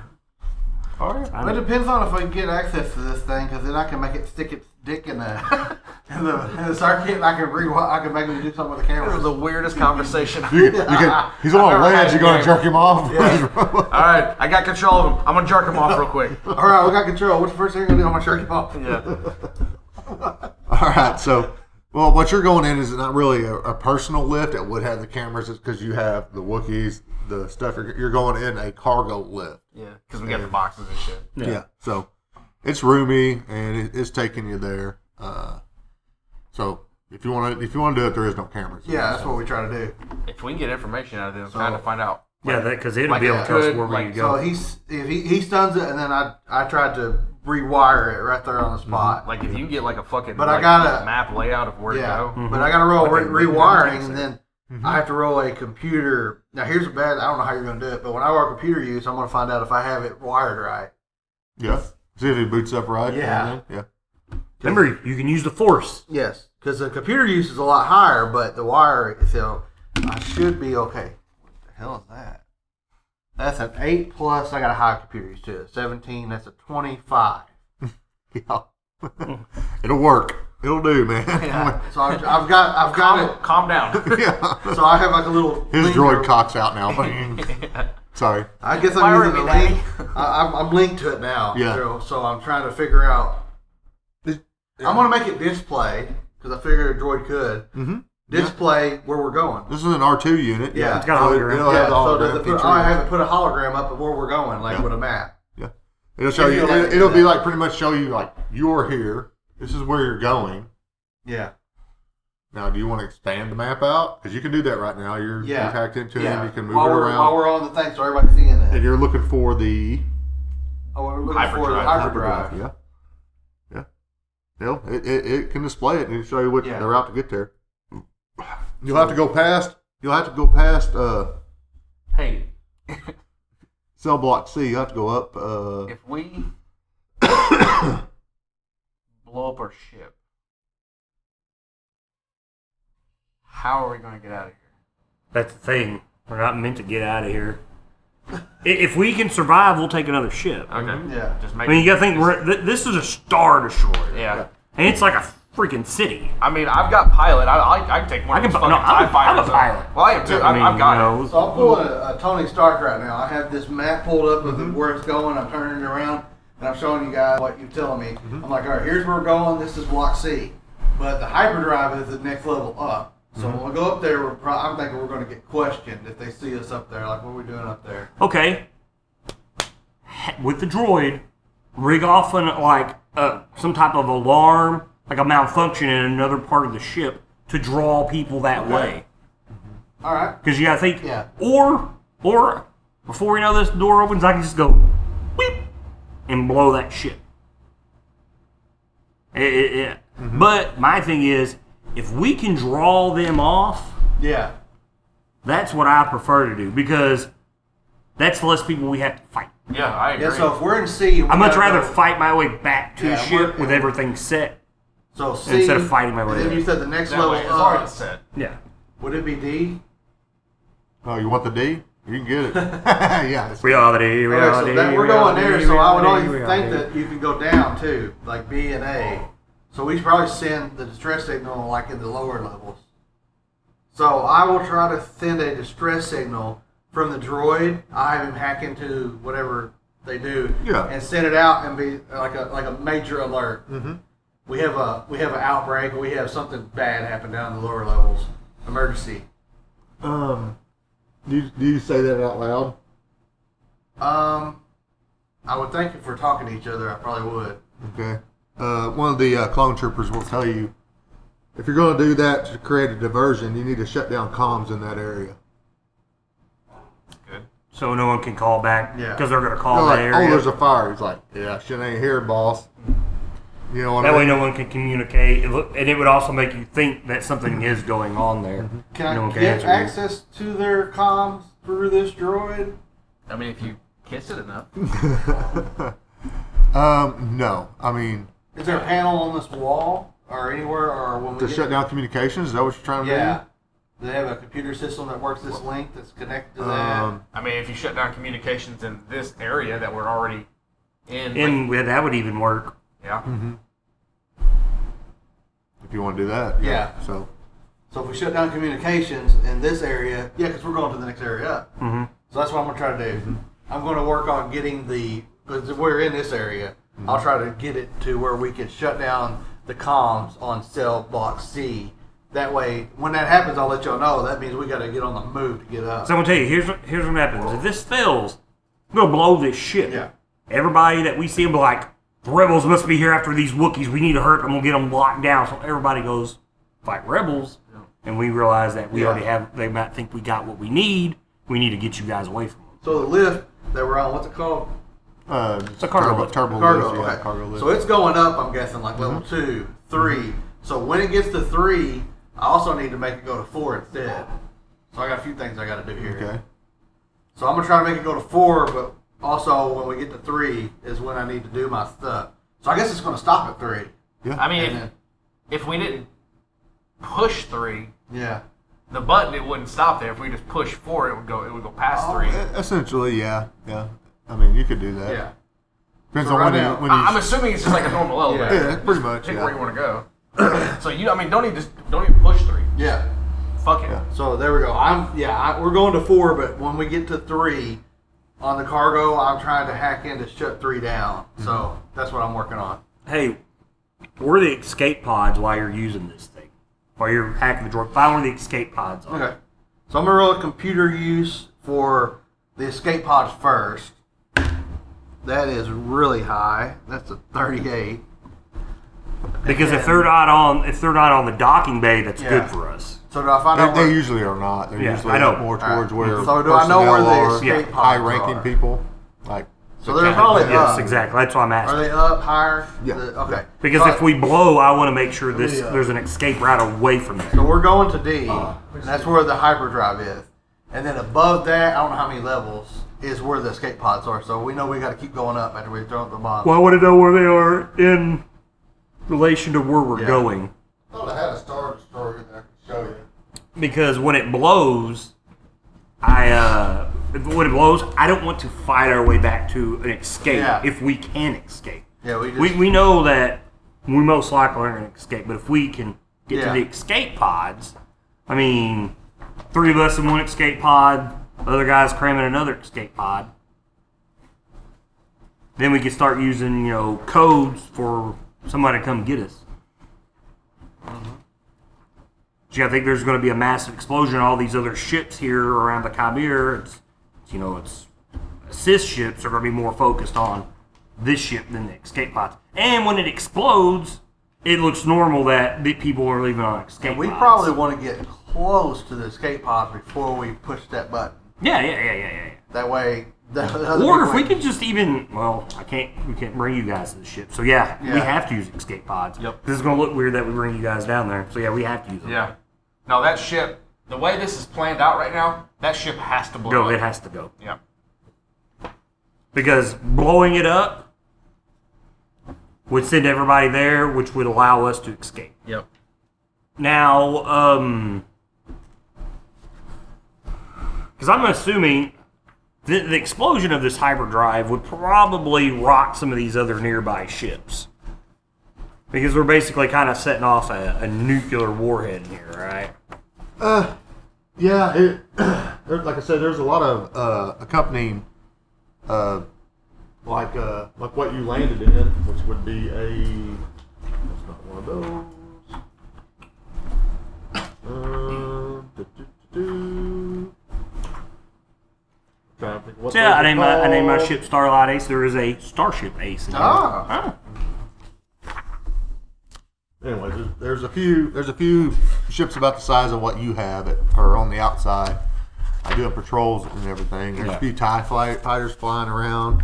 [SPEAKER 4] All right.
[SPEAKER 1] I
[SPEAKER 3] But it
[SPEAKER 1] mean,
[SPEAKER 3] depends on if I can get access to this thing, because then I can make it stick its dick in the in the, in the circuit. And I can rewire. I can make him do something with the
[SPEAKER 2] This
[SPEAKER 3] camera.
[SPEAKER 2] is the weirdest conversation.
[SPEAKER 4] You can, you can, he's on a
[SPEAKER 2] I've never had
[SPEAKER 4] ledge. You're going
[SPEAKER 2] a
[SPEAKER 4] to jerk him off.
[SPEAKER 2] All right, I got control of him. I'm gonna jerk him off real quick.
[SPEAKER 3] All right, we got control. What's the first thing I'm gonna do? I'm gonna shake him off.
[SPEAKER 2] Yeah.
[SPEAKER 4] All right, so well, what you're going in is not really a, a personal lift. It would have the cameras because you have the Wookiees, the stuff. You're, you're going in a cargo lift.
[SPEAKER 2] Yeah. Because we got the boxes and shit.
[SPEAKER 1] Yeah.
[SPEAKER 4] So it's roomy and it, it's taking you there. Uh, so if you want to, if you want to do it, there is no cameras.
[SPEAKER 3] Yeah, that's what we try to do.
[SPEAKER 2] If we can get information out of this, I'm trying to find out.
[SPEAKER 1] yeah, because it'll
[SPEAKER 2] like
[SPEAKER 1] be able
[SPEAKER 2] it
[SPEAKER 1] to tell us
[SPEAKER 2] could,
[SPEAKER 1] where we
[SPEAKER 2] like,
[SPEAKER 1] can
[SPEAKER 3] So
[SPEAKER 1] go.
[SPEAKER 3] he's if he, he stuns it, and then I I tried to rewire it right there on the spot.
[SPEAKER 2] Like if you can get like a fucking
[SPEAKER 3] But I
[SPEAKER 2] like,
[SPEAKER 3] gotta-
[SPEAKER 2] map layout of where
[SPEAKER 3] yeah,
[SPEAKER 2] to go.
[SPEAKER 3] but I got to roll
[SPEAKER 2] Like a
[SPEAKER 3] re- rewiring,
[SPEAKER 2] laser.
[SPEAKER 3] and then I have to roll a computer. Now here's a bad. I don't know how you're gonna do it, but when I roll computer use, I'm gonna find out if I have it wired right.
[SPEAKER 4] Yeah. See if he boots up right. and
[SPEAKER 3] Yeah.
[SPEAKER 4] everything. Yeah.
[SPEAKER 1] Remember, you can use the force.
[SPEAKER 3] Yes, because the computer use is a lot higher, but the wire so I should be okay. What the hell is that? That's an eight plus. I got a high computer use too. Seventeen. That's a twenty-five.
[SPEAKER 4] Yeah. It'll work. It'll do, man. Yeah.
[SPEAKER 3] So I've, I've got I've got it.
[SPEAKER 2] Calm, calm down.
[SPEAKER 3] So I have like a little.
[SPEAKER 4] His
[SPEAKER 3] link
[SPEAKER 4] droid
[SPEAKER 3] or-
[SPEAKER 4] cocks out now. Sorry.
[SPEAKER 3] I guess I'm
[SPEAKER 2] Wire me,
[SPEAKER 3] using the link. I, I'm, I'm linked to it now.
[SPEAKER 4] Yeah.
[SPEAKER 3] So, so I'm trying to figure out. I'm gonna make it display because I figured a droid could
[SPEAKER 4] Mhm.
[SPEAKER 3] display where we're going.
[SPEAKER 4] This is an R two unit.
[SPEAKER 3] Yeah. It's
[SPEAKER 1] got a
[SPEAKER 4] So
[SPEAKER 1] hologram.
[SPEAKER 4] It'll
[SPEAKER 3] yeah.
[SPEAKER 4] have the
[SPEAKER 3] So
[SPEAKER 4] hologram
[SPEAKER 3] does it
[SPEAKER 4] feature.
[SPEAKER 3] put, oh, I have it put a hologram up of where we're going, like
[SPEAKER 4] Yeah.
[SPEAKER 3] with a map.
[SPEAKER 4] Yeah, it'll show
[SPEAKER 3] If
[SPEAKER 4] you.
[SPEAKER 3] you'll let
[SPEAKER 4] It'll,
[SPEAKER 3] me do
[SPEAKER 4] it'll be
[SPEAKER 3] that.
[SPEAKER 4] like pretty much show you like you're here. This is where you're going.
[SPEAKER 3] Yeah.
[SPEAKER 4] Now, do you want to expand the map out? Because you can do that right now. You're,
[SPEAKER 3] Yeah.
[SPEAKER 4] you're hacked into it.
[SPEAKER 3] yeah.
[SPEAKER 4] And you can move
[SPEAKER 3] while
[SPEAKER 4] it
[SPEAKER 3] we're
[SPEAKER 4] around.
[SPEAKER 3] while we're on the thing, so everybody's seeing
[SPEAKER 4] and
[SPEAKER 3] that.
[SPEAKER 4] you're looking for the
[SPEAKER 3] Oh, we're looking for the
[SPEAKER 2] Hyperdrive.
[SPEAKER 3] hyperdrive.
[SPEAKER 4] Yeah, yeah. No, it, it, it can display it and show you what
[SPEAKER 3] Yeah.
[SPEAKER 4] the route to get there. You'll have to go past. You'll have to go past. Uh,
[SPEAKER 2] hey,
[SPEAKER 4] Cell block C, you have to go up. Uh,
[SPEAKER 2] If we blow up our ship, how are we going to get out of here?
[SPEAKER 1] That's the thing. We're not meant to get out of here. I- If we can survive, we'll take another ship. I
[SPEAKER 2] Okay.
[SPEAKER 3] Mm-hmm. Yeah.
[SPEAKER 2] Just make.
[SPEAKER 1] mean, you gotta think we're, th- this is a star destroyer,
[SPEAKER 2] yeah.
[SPEAKER 1] and it's like a freaking city.
[SPEAKER 2] I mean, I've got pilot. I, I, I can take one.
[SPEAKER 1] I
[SPEAKER 2] of
[SPEAKER 1] can-
[SPEAKER 2] these fucking
[SPEAKER 1] no, I'm a-
[SPEAKER 2] TIE
[SPEAKER 1] I'm
[SPEAKER 2] fighters
[SPEAKER 1] a
[SPEAKER 2] up.
[SPEAKER 1] pilot.
[SPEAKER 2] Well, I am too. I
[SPEAKER 1] I mean,
[SPEAKER 2] have got
[SPEAKER 1] you know,
[SPEAKER 2] it.
[SPEAKER 1] it was-
[SPEAKER 3] So I'm pulling a, a Tony Stark right now. I have this map pulled up with
[SPEAKER 1] Mm-hmm.
[SPEAKER 3] where it's going. I'm turning it around and I'm showing you guys what you're telling me.
[SPEAKER 1] Mm-hmm.
[SPEAKER 3] I'm like, all right, here's where we're going. This is block C. But the hyperdrive is the next level up. So
[SPEAKER 1] Mm-hmm.
[SPEAKER 3] when we go up there, we're pro- I'm thinking we're going to get questioned if they see us up there. Like, what are we doing up there?
[SPEAKER 1] Okay, Ha- with the droid, rig off an like uh, some type of alarm, like a malfunction in another part of the ship to draw people that way.
[SPEAKER 3] All right.
[SPEAKER 1] Because you gotta think,
[SPEAKER 3] Yeah.
[SPEAKER 1] or or before you know this door opens, I can just go, whip, and blow that shit. Eh, eh, eh.
[SPEAKER 3] Mm-hmm.
[SPEAKER 1] But my thing is, if we can draw them off,
[SPEAKER 3] Yeah.
[SPEAKER 1] that's what I prefer to do because that's the less people we have to fight.
[SPEAKER 2] Yeah, I agree.
[SPEAKER 3] Yeah. So if we're in C, we
[SPEAKER 1] I'd much
[SPEAKER 3] gotta
[SPEAKER 1] rather
[SPEAKER 3] go-
[SPEAKER 1] fight my way back to
[SPEAKER 3] Yeah,
[SPEAKER 1] a ship
[SPEAKER 3] we're-
[SPEAKER 1] with everything set.
[SPEAKER 3] so C,
[SPEAKER 1] instead of fighting my way
[SPEAKER 3] And then
[SPEAKER 1] there.
[SPEAKER 3] you said the next
[SPEAKER 2] that
[SPEAKER 3] level
[SPEAKER 2] way, it's already
[SPEAKER 3] up.
[SPEAKER 2] set.
[SPEAKER 1] Yeah.
[SPEAKER 3] Would it be D?
[SPEAKER 4] oh, you want the D? You can get it. yeah. it's-
[SPEAKER 1] Reality,
[SPEAKER 3] Okay,
[SPEAKER 1] reality.
[SPEAKER 3] so that, we're going
[SPEAKER 1] reality,
[SPEAKER 3] there, so I would
[SPEAKER 1] reality,
[SPEAKER 3] only think
[SPEAKER 1] reality.
[SPEAKER 3] that you can go down too, like B and A. So we should probably send the distress signal like in the lower levels. So I will try to send a distress signal from the droid. I have him hack into whatever they do,
[SPEAKER 4] Yeah.
[SPEAKER 3] and send it out and be like a like a major alert. Mm-hmm. We have a we have an outbreak. We have something bad happen down in the lower levels. Emergency.
[SPEAKER 4] Um, do you, do you say that out loud?
[SPEAKER 3] Um, I would think if we're talking to each other, I probably would.
[SPEAKER 4] Okay. Uh, one of the uh, clone troopers will tell you if you're going to do that to create a diversion, you need to shut down comms in that area.
[SPEAKER 2] Good.
[SPEAKER 1] So no one can call back
[SPEAKER 3] Yeah.
[SPEAKER 1] because they're gonna call
[SPEAKER 4] They're
[SPEAKER 1] that
[SPEAKER 4] like,
[SPEAKER 1] area.
[SPEAKER 4] oh, there's a fire. He's like, yeah, shit ain't here, boss. You know what
[SPEAKER 1] That
[SPEAKER 4] I
[SPEAKER 1] way,
[SPEAKER 4] mean?
[SPEAKER 1] no one can communicate, It look- and it would also make you think that something is going on there.
[SPEAKER 3] Can I
[SPEAKER 1] no one
[SPEAKER 3] get
[SPEAKER 1] you.
[SPEAKER 3] access to their comms through this droid?
[SPEAKER 2] I mean, if you kiss it enough.
[SPEAKER 4] um, no. I mean,
[SPEAKER 3] Is there a panel on this wall or anywhere or when we
[SPEAKER 4] to
[SPEAKER 3] get-
[SPEAKER 4] shut down communications, is that what you're trying to
[SPEAKER 3] Yeah. Do they have a computer system that works this link that's connected to
[SPEAKER 4] do?
[SPEAKER 3] that?
[SPEAKER 4] Um,
[SPEAKER 2] I mean, if you shut down communications in this area that we're already in, like-
[SPEAKER 1] And with- that would even work.
[SPEAKER 2] yeah,
[SPEAKER 4] if you want to do that.
[SPEAKER 3] Yeah.
[SPEAKER 4] So,
[SPEAKER 3] so if we shut down communications in this area, yeah, because we're going to the next area up. Mm-hmm. So that's what I'm gonna try to do. I'm gonna work on getting the because we're in this area. I'll try to get it to where we can shut down the comms on cell block C. That way, when that happens, I'll let y'all know. That means we got to get on the move to get up.
[SPEAKER 1] So I'm gonna tell you, here's what, here's what happens. If this fails, I'm gonna blow this ship.
[SPEAKER 3] Yeah.
[SPEAKER 1] Everybody that we see will be like, the rebels must be here after these Wookiees. We need to hurt them. We'll get them locked down. So everybody goes fight rebels, and we realize that we
[SPEAKER 3] Yeah.
[SPEAKER 1] already have. They might think we got what we need. We need to get you guys away from them.
[SPEAKER 3] So the lift that we're on, what's it called?
[SPEAKER 4] uh, it's
[SPEAKER 1] a cargo
[SPEAKER 4] turbo,
[SPEAKER 1] lift.
[SPEAKER 4] turbo
[SPEAKER 3] Cargo.
[SPEAKER 4] lift, yeah,
[SPEAKER 3] okay.
[SPEAKER 4] cargo lift. Mm-hmm.
[SPEAKER 3] So it's going up, I'm guessing, like level two, three. So when it gets to three, I also need to make it go to four instead. So I got a few things I got to do here.
[SPEAKER 4] okay.
[SPEAKER 3] So I'm gonna try to make it go to four, but also when we get to three is when I need to do my stuff. So I guess it's gonna stop at three.
[SPEAKER 4] Yeah.
[SPEAKER 2] I mean,
[SPEAKER 3] And
[SPEAKER 2] if,
[SPEAKER 3] then-
[SPEAKER 2] if we didn't push three,
[SPEAKER 3] yeah.
[SPEAKER 2] the button it wouldn't stop there. If we just push four, it would go. It would go past three.
[SPEAKER 4] E- Essentially, yeah. Yeah. I mean, you could do that.
[SPEAKER 3] Yeah.
[SPEAKER 4] Depends
[SPEAKER 3] So
[SPEAKER 4] on
[SPEAKER 3] right
[SPEAKER 4] when, you,
[SPEAKER 3] now-
[SPEAKER 4] when you.
[SPEAKER 2] I, I'm assuming it's just like a normal elevator.
[SPEAKER 4] yeah, pretty much.
[SPEAKER 2] Pick
[SPEAKER 4] yeah.
[SPEAKER 2] where you want to go. so you, I mean, don't even just don't even push three.
[SPEAKER 3] Yeah.
[SPEAKER 2] Fuck it.
[SPEAKER 4] Yeah.
[SPEAKER 3] So there we go. I'm yeah. I, we're going to four, but when we get to three on the cargo, I'm trying to hack in to shut three down. So
[SPEAKER 4] Mm-hmm.
[SPEAKER 3] that's what I'm working on.
[SPEAKER 1] hey, we're the escape pods while you're using this thing. While you're hacking the droid, find where the escape pods are.
[SPEAKER 3] Okay. So I'm gonna roll a computer use for the escape pods first. That is really high. That's a 38.
[SPEAKER 1] Because if they're not on, if they're not on the docking bay, that's
[SPEAKER 3] Yeah.
[SPEAKER 1] good for us.
[SPEAKER 3] So do I find out?
[SPEAKER 4] They,
[SPEAKER 3] where-
[SPEAKER 4] they usually are not. They're
[SPEAKER 1] Yeah,
[SPEAKER 4] usually
[SPEAKER 1] I know.
[SPEAKER 4] more towards where
[SPEAKER 3] So do I know where
[SPEAKER 4] personnel
[SPEAKER 3] the
[SPEAKER 4] are,
[SPEAKER 3] escape
[SPEAKER 1] Yeah.
[SPEAKER 3] pods
[SPEAKER 4] high-ranking
[SPEAKER 3] are?
[SPEAKER 4] people, like
[SPEAKER 3] So they're probably
[SPEAKER 1] Yes,
[SPEAKER 3] up.
[SPEAKER 1] exactly. That's why I'm
[SPEAKER 3] Are
[SPEAKER 1] asking.
[SPEAKER 3] they up higher?
[SPEAKER 4] Yeah.
[SPEAKER 3] The- okay.
[SPEAKER 1] Because
[SPEAKER 3] So-
[SPEAKER 1] if we blow, I want to make sure this
[SPEAKER 3] Yeah.
[SPEAKER 1] there's an escape route away from there. Uh.
[SPEAKER 3] So we're going to D, and that's where the hyperdrive is. And then above that, I don't know how many levels, is where the escape pods are. So we know we got to keep going up after we throw up the bottom.
[SPEAKER 1] Well, I want to know where they are in relation to where we're
[SPEAKER 3] Yeah.
[SPEAKER 1] going.
[SPEAKER 4] thought I had a Star Destroyer that I could show you.
[SPEAKER 1] because when it blows, I uh, when it blows, I don't want to fight our way back to an escape
[SPEAKER 3] Yeah.
[SPEAKER 1] if we can escape.
[SPEAKER 3] Yeah, we just.
[SPEAKER 1] We, we know that we most likely aren't going to escape, but if we can get
[SPEAKER 3] Yeah.
[SPEAKER 1] to the escape pods, I mean, three of us in one escape pod, other guys cramming another escape pod. Then we can start using, you know, codes for somebody to come get us. Gee, I think there's going to be a massive explosion. All these other ships here around the Khyber, it's, it's, you know, it's assist ships are going to be more focused on this ship than the escape pods. And when it explodes, it looks normal that the people are leaving on escape.
[SPEAKER 3] we
[SPEAKER 1] pods.
[SPEAKER 3] probably want to get close to the escape pods before we push that button.
[SPEAKER 1] yeah, yeah, yeah, yeah, yeah. yeah.
[SPEAKER 3] That way, the, the other
[SPEAKER 1] Or if
[SPEAKER 3] people-
[SPEAKER 1] we could just even well, I can't. We can't bring you guys to the ship. So yeah, we
[SPEAKER 3] Yeah.
[SPEAKER 1] have to use escape pods.
[SPEAKER 3] Yep.
[SPEAKER 1] This is gonna look weird that we bring you guys down there. So yeah, we have to use them.
[SPEAKER 2] Yeah. No, that ship. The way this is planned out right now, that ship has to blow.
[SPEAKER 1] Go.
[SPEAKER 2] up.
[SPEAKER 1] It has to go
[SPEAKER 2] Yeah.
[SPEAKER 1] because blowing it up would send everybody there, which would allow us to escape.
[SPEAKER 2] Yep.
[SPEAKER 1] Now, um, because I'm assuming the, the explosion of this hyperdrive would probably rock some of these other nearby ships. Because we're basically kind of setting off a, a nuclear warhead here, right?
[SPEAKER 5] Uh,
[SPEAKER 4] Yeah, it, there- like I said, there's a lot of uh, accompanying. Uh,
[SPEAKER 5] Like uh, like what you landed in, which would be a. That's not one of those. Uh, do, do, do, do. Trying to think what
[SPEAKER 1] Yeah,
[SPEAKER 5] those
[SPEAKER 1] I
[SPEAKER 5] are
[SPEAKER 1] named my I named my
[SPEAKER 5] called.
[SPEAKER 1] ship Starlight Ace. There is a starship Ace. In here.
[SPEAKER 3] Ah,
[SPEAKER 5] Anyways, there's-
[SPEAKER 4] there's a few. There's a few ships about the size of what you have that are on the outside. I doing patrols and everything. There's
[SPEAKER 1] Yeah.
[SPEAKER 4] a few tie flight fighters flying around,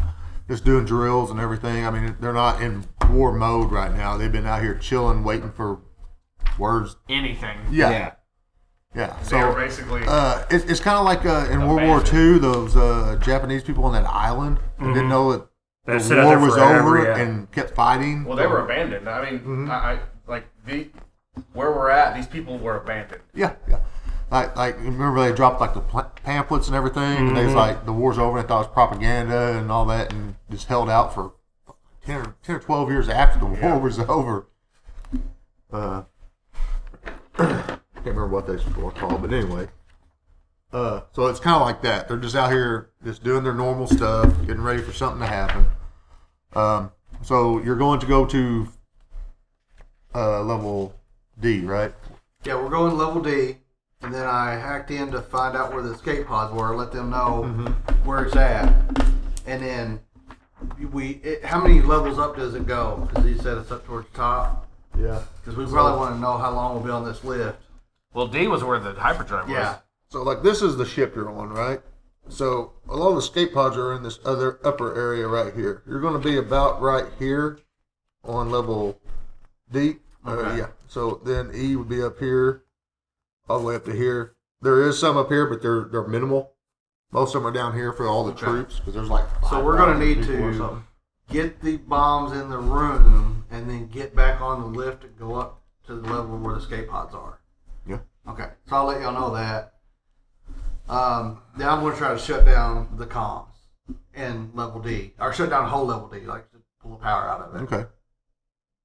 [SPEAKER 4] just doing drills and everything. I mean, they're not in war mode right now. They've been out here chilling, waiting for words.
[SPEAKER 2] Anything.
[SPEAKER 4] Yeah, yeah. So
[SPEAKER 2] they are basically.
[SPEAKER 4] Uh, it's it's kind of like uh, in World War II, those uh, Japanese people on that island that didn't know that
[SPEAKER 1] They
[SPEAKER 4] the
[SPEAKER 1] Mm-hmm. sit out
[SPEAKER 4] war
[SPEAKER 1] there
[SPEAKER 4] was
[SPEAKER 1] forever,
[SPEAKER 4] over
[SPEAKER 1] yeah.
[SPEAKER 4] and kept fighting.
[SPEAKER 2] well, they were abandoned. I mean,
[SPEAKER 4] Mm-hmm.
[SPEAKER 2] I, I like the where we're at. These people were abandoned.
[SPEAKER 4] Yeah, yeah. Like, like remember they dropped like the pla- pamphlets and everything, and they was like the war's over, and thought it was propaganda and all that, and just held out for ten or, 10 or twelve years after the war was over. Uh, can't remember what those were called, but anyway. Uh, so it's kind of like that. They're just out here, just doing their normal stuff, getting ready for something to happen. Um, so you're going to go to uh, level D, right?
[SPEAKER 3] yeah, we're going level D, and then I hacked in to find out where the escape pods were, let them know
[SPEAKER 1] Mm-hmm.
[SPEAKER 3] where it's at, and then we. It, how many levels up does it go? Because he said it's up towards the top.
[SPEAKER 5] yeah.
[SPEAKER 3] Because we probably want to know how long we'll be on this lift.
[SPEAKER 2] Well, D was where the hyperdrive
[SPEAKER 3] Yeah,
[SPEAKER 4] So like this is the ship you're on, right? So a lot of the escape pods are in this other upper area right here. You're going to be about right here on level D. Uh,
[SPEAKER 3] Okay.
[SPEAKER 4] yeah. So then E would be up here, all the way up to here. There is some up here, but they're they're minimal. Most of them are down here for all the troops 'cause troops because there's like.
[SPEAKER 3] So we're
[SPEAKER 4] 5,000
[SPEAKER 3] gonna need
[SPEAKER 4] people or
[SPEAKER 3] to-
[SPEAKER 4] something.
[SPEAKER 3] get the bombs in the room, and then get back on the lift and go up to the level where the escape pods are.
[SPEAKER 4] Yeah.
[SPEAKER 3] Okay, so I'll let y'all know that. Um, now I'm going to try to shut down the comms in level D, or shut down whole level D, like to pull the power out of it.
[SPEAKER 4] Okay.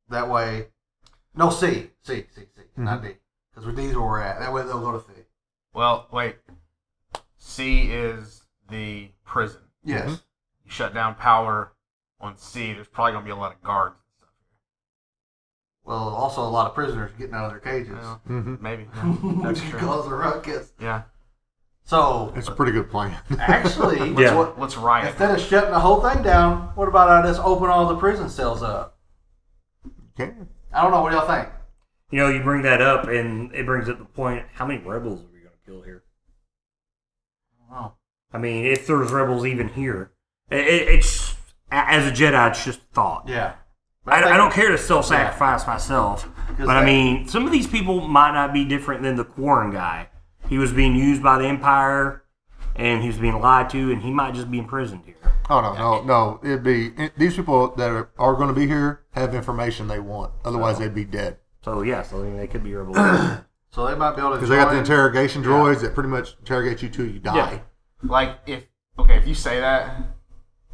[SPEAKER 3] That way, no C, C, C, C,
[SPEAKER 4] Mm-hmm.
[SPEAKER 3] not D, because with D's where we're at. That way they'll go to C.
[SPEAKER 2] Well, wait. C is the prison.
[SPEAKER 3] Yes.
[SPEAKER 2] You shut down power on C. There's probably gonna be a lot of guards.
[SPEAKER 3] Well, also a lot of prisoners getting out of their cages.
[SPEAKER 2] Well,
[SPEAKER 4] hmm
[SPEAKER 2] maybe.
[SPEAKER 3] Which
[SPEAKER 2] Mm-hmm. That's true.
[SPEAKER 3] cause a ruckus.
[SPEAKER 2] Yeah.
[SPEAKER 3] So
[SPEAKER 4] It's a pretty good plan.
[SPEAKER 3] actually,
[SPEAKER 1] Yeah.
[SPEAKER 3] what,
[SPEAKER 2] Let's riot.
[SPEAKER 3] instead of shutting the whole thing down, what about I just open all the prison cells up?
[SPEAKER 4] okay.
[SPEAKER 3] I don't know. What do y'all think?
[SPEAKER 1] You know, you bring that up, and it brings up the point: how many rebels are we going to kill here?
[SPEAKER 3] Oh,
[SPEAKER 1] I mean, if there's rebels even here, it, it, it's a- as a Jedi, it's just thought.
[SPEAKER 3] yeah. But
[SPEAKER 1] I, I
[SPEAKER 3] think-
[SPEAKER 1] don't care to self-sacrifice myself, but I
[SPEAKER 3] that-
[SPEAKER 1] mean, some of these people might not be different than the Quarren guy. He was being used by the Empire. and he's being lied to, and he might just be imprisoned here.
[SPEAKER 4] Oh no, no, no! It'd be it, these people that are, are going to be here have information they want. Otherwise, they'd be dead
[SPEAKER 1] So yeah, so I mean, they could be rebellious.
[SPEAKER 3] So they might be able to.
[SPEAKER 4] because they got the
[SPEAKER 3] join-
[SPEAKER 4] interrogation droids that pretty much interrogate you till you die.
[SPEAKER 2] Like if okay, if you say that,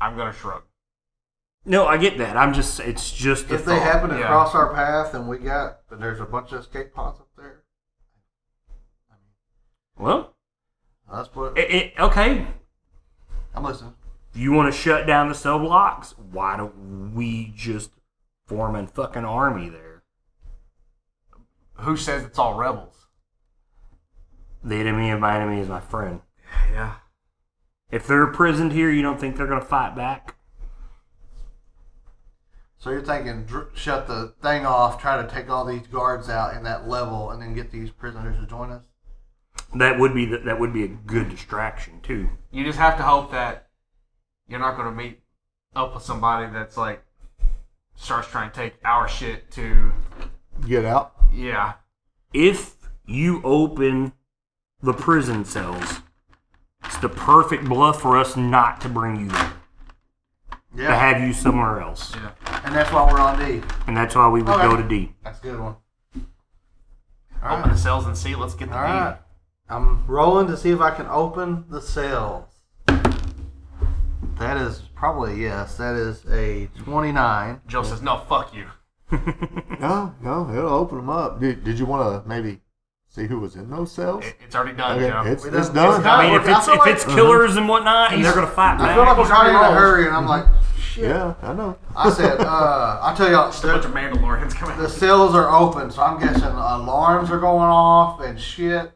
[SPEAKER 2] I'm gonna shrug.
[SPEAKER 1] no, I get that. I'm just it's just the
[SPEAKER 3] If they
[SPEAKER 1] thought.
[SPEAKER 3] happen to
[SPEAKER 2] yeah.
[SPEAKER 3] cross our path and we got, and there's a bunch of escape pods up there,
[SPEAKER 1] well,
[SPEAKER 3] that's what.
[SPEAKER 1] it, it, okay.
[SPEAKER 3] I'm listening.
[SPEAKER 1] You want to shut down the cell blocks? Why don't we just form a fucking army there?
[SPEAKER 2] Who says it's all rebels?
[SPEAKER 1] The enemy of my enemy is my friend.
[SPEAKER 2] Yeah.
[SPEAKER 1] If they're imprisoned here, you don't think they're gonna fight back?
[SPEAKER 3] So you're thinking, dr- shut the thing off, try to take all these guards out in that level, and then get these prisoners to join us.
[SPEAKER 1] That would be the, that would be a good distraction too.
[SPEAKER 2] You just have to hope that you're not gonna meet up with somebody that's like starts trying to take our shit to
[SPEAKER 4] Get out.
[SPEAKER 2] yeah.
[SPEAKER 1] if you open the prison cells, it's the perfect bluff for us not to bring you there, to
[SPEAKER 3] Yeah,
[SPEAKER 1] have you somewhere else.
[SPEAKER 2] Yeah.
[SPEAKER 3] and that's why we're on D.
[SPEAKER 1] And that's why we would go
[SPEAKER 3] Okay.
[SPEAKER 1] to D.
[SPEAKER 3] That's a good one. All
[SPEAKER 2] Open the cells and see. Let's get the
[SPEAKER 3] All
[SPEAKER 2] deed.
[SPEAKER 3] right. I'm rolling to see if I can open the cells. That is probably a yes. That is a 29.
[SPEAKER 2] Joe says, "No, fuck you."
[SPEAKER 4] No, no, it'll open them up. Did, did you want to maybe see who was in those cells?
[SPEAKER 3] Eh.
[SPEAKER 2] It- it's already done,
[SPEAKER 4] Okay,
[SPEAKER 2] Joe.
[SPEAKER 4] it's,
[SPEAKER 3] We
[SPEAKER 4] it's
[SPEAKER 3] done-
[SPEAKER 4] done.
[SPEAKER 3] it's
[SPEAKER 1] I
[SPEAKER 3] done.
[SPEAKER 1] mean,
[SPEAKER 3] Uh,
[SPEAKER 1] if
[SPEAKER 3] look, I
[SPEAKER 1] it's,
[SPEAKER 3] feel
[SPEAKER 1] if it's killers and whatnot, and they're going to fight
[SPEAKER 3] I feel like
[SPEAKER 1] back.
[SPEAKER 3] we're trying in a
[SPEAKER 2] rolls.
[SPEAKER 3] hurry, and I'm like, shit.
[SPEAKER 4] Yeah, I know.
[SPEAKER 3] I said, uh, I'll tell y'all,
[SPEAKER 2] Just a bunch of
[SPEAKER 3] the,
[SPEAKER 2] Mandalorians coming.
[SPEAKER 3] the cells are open, so I'm guessing alarms are going off and shit.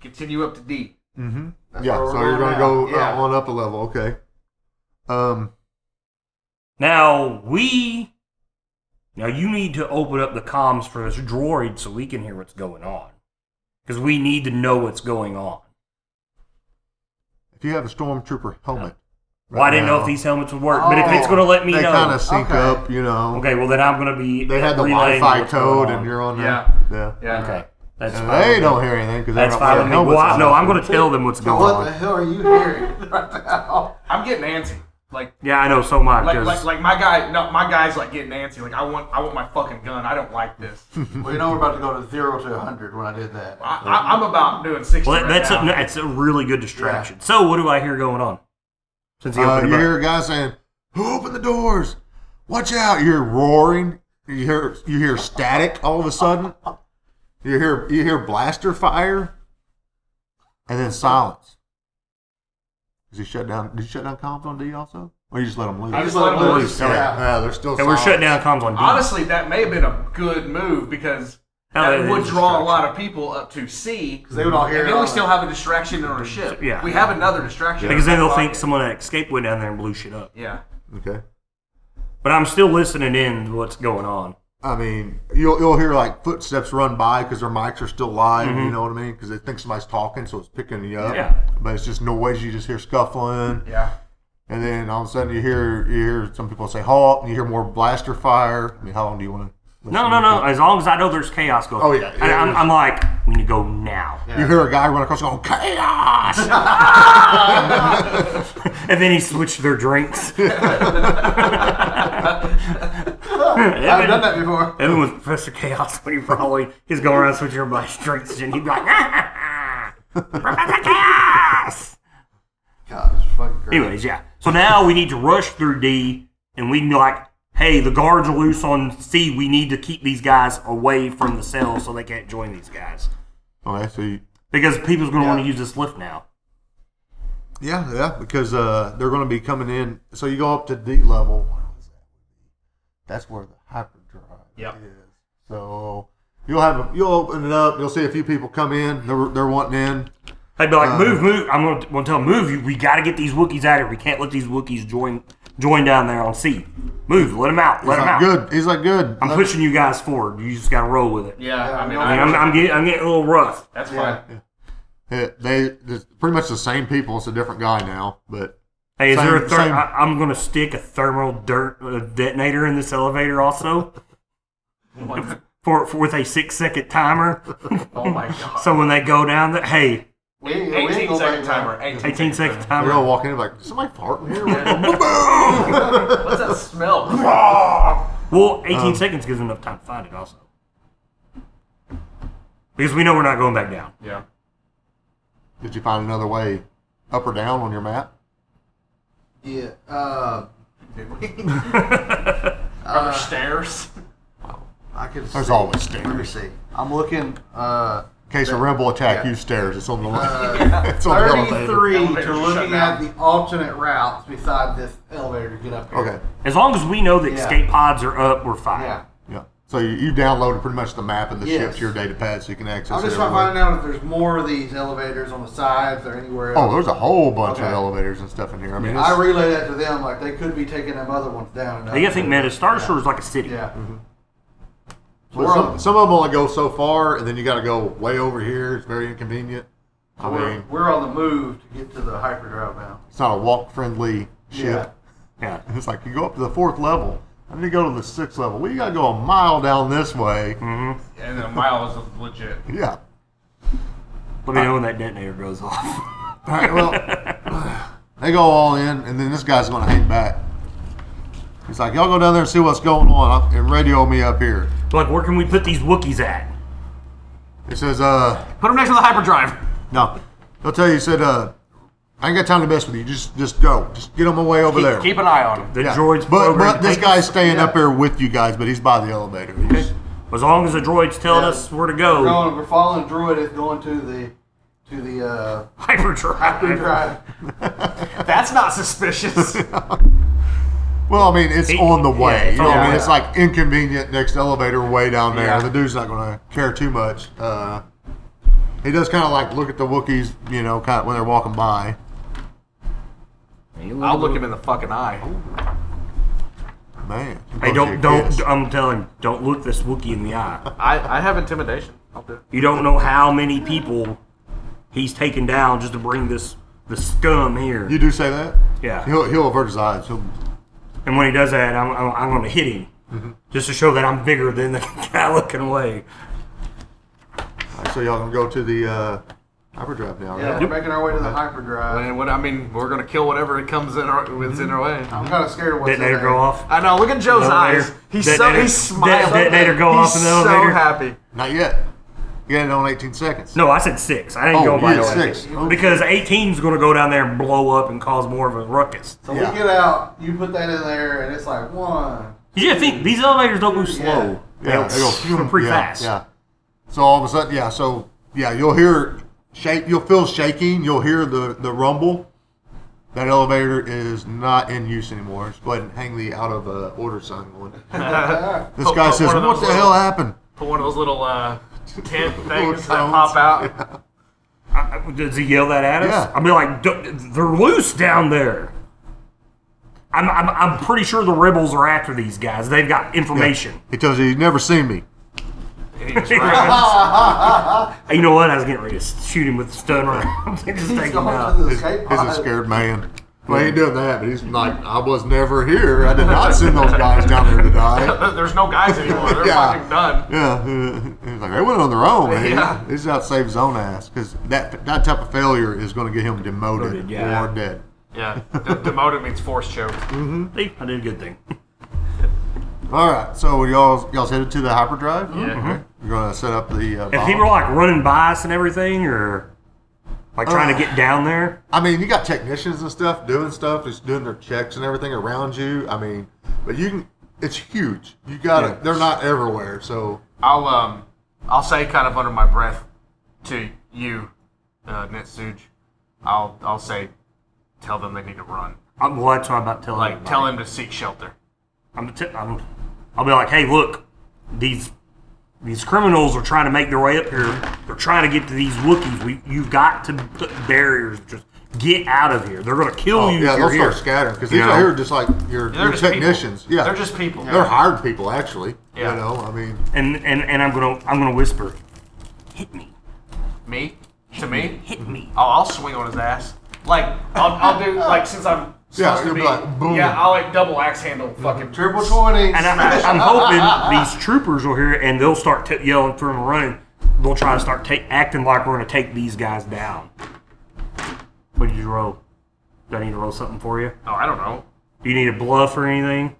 [SPEAKER 2] Continue up to D.
[SPEAKER 4] Mm-hmm.
[SPEAKER 3] That's
[SPEAKER 4] Yeah,
[SPEAKER 3] where we're
[SPEAKER 4] so you're
[SPEAKER 3] going
[SPEAKER 4] going to go
[SPEAKER 3] now. Yeah.
[SPEAKER 4] uh, on up a level. Okay. Um.
[SPEAKER 1] Now, we. Now, you need to open up the comms for this droid so we can hear what's going on. Because we need to know what's going on.
[SPEAKER 4] If you have a stormtrooper helmet,
[SPEAKER 1] Well, I didn't know
[SPEAKER 4] now,
[SPEAKER 1] if these helmets would work, but if it's
[SPEAKER 3] Oh,
[SPEAKER 1] going to let me
[SPEAKER 4] they
[SPEAKER 1] know.
[SPEAKER 4] kind of sync
[SPEAKER 3] Okay.
[SPEAKER 4] up, you know.
[SPEAKER 1] Okay, well then I'm gonna be.
[SPEAKER 4] They had the
[SPEAKER 1] relaying
[SPEAKER 4] Wi-Fi
[SPEAKER 1] what's going
[SPEAKER 4] code,
[SPEAKER 1] on.
[SPEAKER 4] and you're on there.
[SPEAKER 2] Yeah.
[SPEAKER 4] yeah.
[SPEAKER 2] Yeah.
[SPEAKER 1] Okay, that's
[SPEAKER 4] And
[SPEAKER 1] fine.
[SPEAKER 4] they don't hear anything because
[SPEAKER 1] That's fine with me. Well, I, no, I'm gonna tell them what's
[SPEAKER 3] So
[SPEAKER 1] going
[SPEAKER 3] what the
[SPEAKER 1] on.
[SPEAKER 3] hell are you hearing right now?
[SPEAKER 2] I'm getting antsy. Like,
[SPEAKER 1] Yeah, I know so much.
[SPEAKER 2] like, like, like my guy. No, my guy's like getting antsy. Like, I want, I want my fucking gun. I don't like this.
[SPEAKER 3] Well, you know we're about to go to 0 to 100 when I did that.
[SPEAKER 2] I, I, I'm about doing sixty.
[SPEAKER 1] well,
[SPEAKER 2] right
[SPEAKER 1] that's
[SPEAKER 2] now.
[SPEAKER 1] a, that's a really good distraction. So, what do I hear going on? Since he
[SPEAKER 4] Uh,
[SPEAKER 1] opened
[SPEAKER 4] you
[SPEAKER 1] it up.
[SPEAKER 4] hear a guy saying, "Who opened the doors? Watch out!" You're roaring. You hear you hear static all of a sudden. You hear you hear blaster fire, and then silence. Is he shut down? Did you shut down comms on D also, or you just let them loose?
[SPEAKER 2] I just let 'em
[SPEAKER 4] them
[SPEAKER 2] loose,
[SPEAKER 4] Okay.
[SPEAKER 3] yeah.
[SPEAKER 4] Yeah, they're still.
[SPEAKER 1] And we're shutting
[SPEAKER 4] silent.
[SPEAKER 1] down comms on D.
[SPEAKER 2] Honestly, that may have been a good move because
[SPEAKER 1] Hell,
[SPEAKER 2] that
[SPEAKER 1] it is
[SPEAKER 2] would
[SPEAKER 1] a
[SPEAKER 2] draw a
[SPEAKER 1] distraction.
[SPEAKER 2] lot of people up to C.
[SPEAKER 3] 'Cause they would all hear
[SPEAKER 2] And
[SPEAKER 3] it
[SPEAKER 2] then
[SPEAKER 3] all
[SPEAKER 2] we still have a distraction on our ship.
[SPEAKER 1] Yeah.
[SPEAKER 2] We have another distraction.
[SPEAKER 1] because then they'll think
[SPEAKER 2] Pocket.
[SPEAKER 1] someone at escape went down there and blew shit up.
[SPEAKER 2] Yeah.
[SPEAKER 4] Okay.
[SPEAKER 1] But I'm still listening in to what's going on.
[SPEAKER 4] I mean, you'll you'll hear like footsteps run by because their mics are still live.
[SPEAKER 1] Mm-hmm.
[SPEAKER 4] You know what I mean? Because they think somebody's talking, so it's picking you up.
[SPEAKER 1] Yeah.
[SPEAKER 4] But it's just noise. You just hear scuffling.
[SPEAKER 2] Yeah.
[SPEAKER 4] And then all of a sudden you hear you hear some people say halt, and you hear more blaster fire. I mean, how long do you want to?
[SPEAKER 1] No, no, no. As long as I know there's chaos going.
[SPEAKER 4] Oh, yeah.
[SPEAKER 1] And I'm, I'm like, we need to go now.
[SPEAKER 4] You hear a guy run across going chaos.
[SPEAKER 1] And then he switched their drinks.
[SPEAKER 3] I've
[SPEAKER 1] Evan,
[SPEAKER 3] done that before.
[SPEAKER 1] Evan was Professor Chaos when he probably he's going around switching everybody's drinks and he'd be like, "Ah, Professor Chaos.
[SPEAKER 3] God, it's fucking great.
[SPEAKER 1] Anyways, yeah. So now we need to rush through D, and we can be like, hey, the guards are loose on C. We need to keep these guys away from the cells so they can't join these guys
[SPEAKER 4] okay, so you,
[SPEAKER 1] because people's going to want to use this lift now.
[SPEAKER 4] yeah, yeah, because uh, they're going to be coming in. So you go up to D level. That's where the hyperdrive
[SPEAKER 2] Yep.
[SPEAKER 4] is. So you'll have a, you'll open it up. You'll see a few people come in. They're, they're wanting in.
[SPEAKER 1] They'd be like,
[SPEAKER 4] Uh-huh.
[SPEAKER 1] move, move. I'm gonna, gonna tell them, move. You, we gotta get these Wookiees out of here. We can't let these Wookiees join join down there on C. Move. Let them out. Let
[SPEAKER 4] He's
[SPEAKER 1] them
[SPEAKER 4] like,
[SPEAKER 1] out.
[SPEAKER 4] good. He's like good.
[SPEAKER 1] I'm pushing you guys forward. You just gotta roll with it.
[SPEAKER 2] Yeah. I mean,
[SPEAKER 3] no,
[SPEAKER 1] I
[SPEAKER 2] I,
[SPEAKER 1] mean, I'm, I'm getting I'm getting a little rough.
[SPEAKER 2] that's
[SPEAKER 3] Yeah.
[SPEAKER 2] fine.
[SPEAKER 4] Yeah, they it's pretty much the same people. It's a different guy now, but
[SPEAKER 1] Hey, is there a
[SPEAKER 4] Same-
[SPEAKER 1] ther-
[SPEAKER 4] same.
[SPEAKER 1] I, I'm gonna stick a thermal dirt uh, detonator in this elevator also for, for with a six second timer.
[SPEAKER 2] Oh my god.
[SPEAKER 1] so when they go down there, hey,
[SPEAKER 3] We, ain't- we ain't
[SPEAKER 2] 18
[SPEAKER 3] going back
[SPEAKER 2] second
[SPEAKER 3] in
[SPEAKER 2] timer. 18,
[SPEAKER 1] 18 second
[SPEAKER 4] They're all
[SPEAKER 1] timer.
[SPEAKER 4] walking in like, somebody farting here?
[SPEAKER 2] What's that smell?
[SPEAKER 1] Well, 18 seconds gives enough time to find it, also. Because we know we're not going back down.
[SPEAKER 2] yeah.
[SPEAKER 4] Did you find another way up or down on your map?
[SPEAKER 3] Yeah. Uh,
[SPEAKER 2] Are there stairs?
[SPEAKER 3] I could.
[SPEAKER 4] There's
[SPEAKER 3] see.
[SPEAKER 4] always
[SPEAKER 3] Let me
[SPEAKER 4] stairs.
[SPEAKER 3] see. I'm looking. Uh,
[SPEAKER 4] In case a rebel attack,
[SPEAKER 3] Yeah.
[SPEAKER 4] use stairs. It's on the
[SPEAKER 3] Uh,
[SPEAKER 4] it's on the elevator.
[SPEAKER 3] 33 to
[SPEAKER 2] Elevator's shut
[SPEAKER 3] looking
[SPEAKER 2] down.
[SPEAKER 3] at the alternate routes beside this elevator to get up here.
[SPEAKER 4] Okay.
[SPEAKER 1] As long as we know that
[SPEAKER 3] Yeah.
[SPEAKER 1] escape pods are up, we're fine.
[SPEAKER 3] Yeah.
[SPEAKER 4] Yeah. So you, you downloaded pretty much the map of the ship
[SPEAKER 3] Yes.
[SPEAKER 4] to your data pad so you can access
[SPEAKER 3] I'm
[SPEAKER 4] it.
[SPEAKER 3] just trying to
[SPEAKER 4] everywhere.
[SPEAKER 3] find out if there's more of these elevators on the sides or anywhere
[SPEAKER 4] Oh,
[SPEAKER 3] else.
[SPEAKER 4] there's a whole bunch of
[SPEAKER 3] Okay.
[SPEAKER 4] elevators and stuff in here. I mean,
[SPEAKER 3] I
[SPEAKER 4] it's,
[SPEAKER 3] relay that to them. Like, they could be taking them other ones down. and
[SPEAKER 1] Now, you gotta
[SPEAKER 3] up.
[SPEAKER 1] think, man, a Star Destroyer is like a city.
[SPEAKER 3] Yeah.
[SPEAKER 4] Mm-hmm.
[SPEAKER 3] So
[SPEAKER 4] but
[SPEAKER 3] we're
[SPEAKER 4] some,
[SPEAKER 3] on,
[SPEAKER 4] some of them only go so far, and then you got to go way over here. It's very inconvenient. I
[SPEAKER 3] we're,
[SPEAKER 4] mean,
[SPEAKER 3] we're on the move to get to the hyperdrive now.
[SPEAKER 4] it's not a walk friendly
[SPEAKER 3] Yeah.
[SPEAKER 4] ship.
[SPEAKER 1] Yeah.
[SPEAKER 4] It's like you go up to the fourth level. I need to go to the sixth level. We got to go a mile down this way.
[SPEAKER 3] Mm-hmm.
[SPEAKER 2] And then a mile is legit.
[SPEAKER 4] Yeah.
[SPEAKER 1] Let me know when that detonator goes off.
[SPEAKER 4] All right, well, they go all in, and then this guy's going to hang back. He's like, y'all go down there and see what's going on, and radio me up here.
[SPEAKER 1] like, where can we put these Wookiees at?
[SPEAKER 4] He says, uh,
[SPEAKER 1] Put them next to the hyperdrive.
[SPEAKER 4] no, he'll tell you. He said, uh, I ain't got time to mess with you. Just, just go. Just get on my way over there.
[SPEAKER 2] Keep an eye on him.
[SPEAKER 1] The
[SPEAKER 4] Yeah.
[SPEAKER 1] droids.
[SPEAKER 4] but,
[SPEAKER 1] programmed
[SPEAKER 4] but
[SPEAKER 1] to
[SPEAKER 4] this
[SPEAKER 1] take us-
[SPEAKER 4] guy's staying up there with you guys, but he's by the elevator. He's-
[SPEAKER 1] As long as the droids telling
[SPEAKER 3] Yeah.
[SPEAKER 1] us where to
[SPEAKER 3] We're,
[SPEAKER 1] go,
[SPEAKER 3] going, we're following Druid. It's going to the to the uh,
[SPEAKER 1] hyperdrive.
[SPEAKER 3] hyperdrive.
[SPEAKER 2] That's not suspicious.
[SPEAKER 4] Well, I mean, it's
[SPEAKER 1] He-
[SPEAKER 4] on the
[SPEAKER 1] yeah,
[SPEAKER 4] way.
[SPEAKER 1] it's
[SPEAKER 4] you know
[SPEAKER 1] on
[SPEAKER 4] what
[SPEAKER 1] the
[SPEAKER 4] I mean?
[SPEAKER 1] way.
[SPEAKER 4] It's like inconvenient next elevator way down there.
[SPEAKER 2] Yeah.
[SPEAKER 4] The dude's not going to care too much. Uh, he does kind of like look at the Wookiees, you know, kind of when they're walking by.
[SPEAKER 2] I'll look him in the fucking eye.
[SPEAKER 4] Man. you
[SPEAKER 1] Hey,
[SPEAKER 4] both
[SPEAKER 1] don't,
[SPEAKER 4] get
[SPEAKER 1] don't,
[SPEAKER 4] kissed.
[SPEAKER 1] I'm telling you, don't look this Wookiee in the eye.
[SPEAKER 2] I, I have intimidation. I'll do it.
[SPEAKER 1] You don't know how many people he's taken down just to bring this the scum here.
[SPEAKER 4] You do say that?
[SPEAKER 1] Yeah.
[SPEAKER 4] He'll, he'll avert his eyes. He'll,
[SPEAKER 1] And when he does that, I'm, I'm, I'm going to hit him just to show that I'm bigger than the guy looking away.
[SPEAKER 4] all right, so y'all going to go to the uh, hyperdrive now,
[SPEAKER 3] Yeah,
[SPEAKER 4] right?
[SPEAKER 3] we're making our way to the hyperdrive.
[SPEAKER 2] And what I mean, we're gonna kill whatever it comes in our within our way.
[SPEAKER 3] I'm kind of scared of what's in
[SPEAKER 1] Detonator
[SPEAKER 3] there.
[SPEAKER 1] go off.
[SPEAKER 2] I know. Look at Joe's
[SPEAKER 1] Elevator.
[SPEAKER 2] eyes. He's
[SPEAKER 1] Detonator-
[SPEAKER 2] so he's smiling.
[SPEAKER 1] de- detonator go
[SPEAKER 2] he's
[SPEAKER 1] off in the elevator.
[SPEAKER 2] So happy.
[SPEAKER 4] Not yet. You got it on 18 seconds.
[SPEAKER 1] No, I said six. I ain't
[SPEAKER 4] Oh,
[SPEAKER 1] going by
[SPEAKER 4] yeah,
[SPEAKER 1] no idea.
[SPEAKER 4] six. Oh.
[SPEAKER 1] Because 18's going to go down there and blow up and cause more of a ruckus.
[SPEAKER 3] So
[SPEAKER 4] Yeah.
[SPEAKER 3] we get out, you put that in there, and it's like one.
[SPEAKER 1] You gotta think, these elevators don't move
[SPEAKER 3] Yeah.
[SPEAKER 1] slow.
[SPEAKER 4] Yeah,
[SPEAKER 1] they go
[SPEAKER 4] phew,
[SPEAKER 1] pretty
[SPEAKER 4] yeah,
[SPEAKER 1] fast.
[SPEAKER 4] Yeah. So all of a sudden, yeah. So yeah, you'll hear shake. You'll feel shaking. You'll hear the the rumble. That elevator is not in use anymore. Just go ahead and hang the out of uh, order sign on. This
[SPEAKER 2] Put-
[SPEAKER 4] guy
[SPEAKER 2] put
[SPEAKER 4] says,
[SPEAKER 2] Oh, one of
[SPEAKER 4] "What
[SPEAKER 2] those
[SPEAKER 4] the
[SPEAKER 2] little-
[SPEAKER 4] hell happened?"
[SPEAKER 2] Put one of those little uh, tent things that
[SPEAKER 4] cones.
[SPEAKER 2] pop out.
[SPEAKER 1] I- I- does he yell that at us?
[SPEAKER 4] Yeah.
[SPEAKER 1] I'll be like, "D- they're loose down there. I'm, I'm, I'm pretty sure the rebels are after these guys. They've got information.
[SPEAKER 4] He tells you he's never seen me.
[SPEAKER 2] And he just ran.
[SPEAKER 1] you know what? I was getting ready to shoot him with the stun round. Just take
[SPEAKER 3] He's
[SPEAKER 1] him
[SPEAKER 3] going to
[SPEAKER 1] out.
[SPEAKER 3] the
[SPEAKER 4] He's,
[SPEAKER 3] escape
[SPEAKER 4] he's a
[SPEAKER 3] pod.
[SPEAKER 4] scared man. Well, he ain't doing that, but he's like, I was never here. I did not send those guys down there to die.
[SPEAKER 2] There's no guys anymore. They're
[SPEAKER 4] Yeah.
[SPEAKER 2] fucking done.
[SPEAKER 4] Yeah, he was like, they went on their own. Man.
[SPEAKER 2] Yeah.
[SPEAKER 4] He's out to save his own ass because that that type of failure is going to get him demoted
[SPEAKER 1] Demoted, yeah.
[SPEAKER 4] or dead.
[SPEAKER 2] Yeah. De- demoted means force choke.
[SPEAKER 1] See, I did a good thing.
[SPEAKER 4] All right, so y'all y'all's headed to the hyperdrive. You're going to set up the. Uh,
[SPEAKER 1] If
[SPEAKER 4] bomb.
[SPEAKER 1] people are like running by us and everything, or like trying
[SPEAKER 3] Uh.
[SPEAKER 1] to get down there,
[SPEAKER 4] I mean, you got technicians and stuff doing stuff, just doing their checks and everything around you. I mean, but you can. It's huge. You got
[SPEAKER 1] Yeah.
[SPEAKER 4] it. They're not everywhere, so
[SPEAKER 2] I'll um, I'll say kind of under my breath to you, uh, Netsuge. I'll I'll say, tell them they need to run.
[SPEAKER 1] I'm, well, that's what I'm about to tell
[SPEAKER 2] Like
[SPEAKER 1] everybody.
[SPEAKER 2] tell them to seek shelter.
[SPEAKER 1] I'm, t- I'm, I'll be like, hey, look, these these criminals are trying to make their way up here. They're trying to get to these Wookiees. We, you've got to put barriers. Just get out of here. They're gonna kill Oh, you.
[SPEAKER 4] Oh, yeah,
[SPEAKER 1] if
[SPEAKER 4] they'll
[SPEAKER 1] you're
[SPEAKER 4] start
[SPEAKER 1] here.
[SPEAKER 4] scattering because
[SPEAKER 1] You
[SPEAKER 4] these
[SPEAKER 1] know?
[SPEAKER 4] are here just like your,
[SPEAKER 2] They're
[SPEAKER 4] your
[SPEAKER 2] just
[SPEAKER 4] technicians.
[SPEAKER 2] people.
[SPEAKER 4] Yeah,
[SPEAKER 2] They're just people.
[SPEAKER 4] they're hired people actually.
[SPEAKER 2] Yeah.
[SPEAKER 4] You know, I mean,
[SPEAKER 1] And and and I'm gonna I'm gonna whisper, hit me,
[SPEAKER 2] Me to me.
[SPEAKER 1] hit me.
[SPEAKER 2] Oh, I'll swing on his ass. Like I'll, I'll do like since I'm
[SPEAKER 4] Yeah,
[SPEAKER 2] supposed to
[SPEAKER 4] you'll
[SPEAKER 2] be.
[SPEAKER 4] be like, boom. Mm-hmm.
[SPEAKER 2] Yeah, I'll like double axe handle fucking.
[SPEAKER 3] Triple 20.
[SPEAKER 1] And I, I'm hoping these troopers will hear it and they'll start t- yelling for him running. they'll try to start ta- acting like we're going to take these guys down. What did you roll? Do I need to roll something for you?
[SPEAKER 2] Oh, I don't know.
[SPEAKER 1] Do you need a bluff or anything?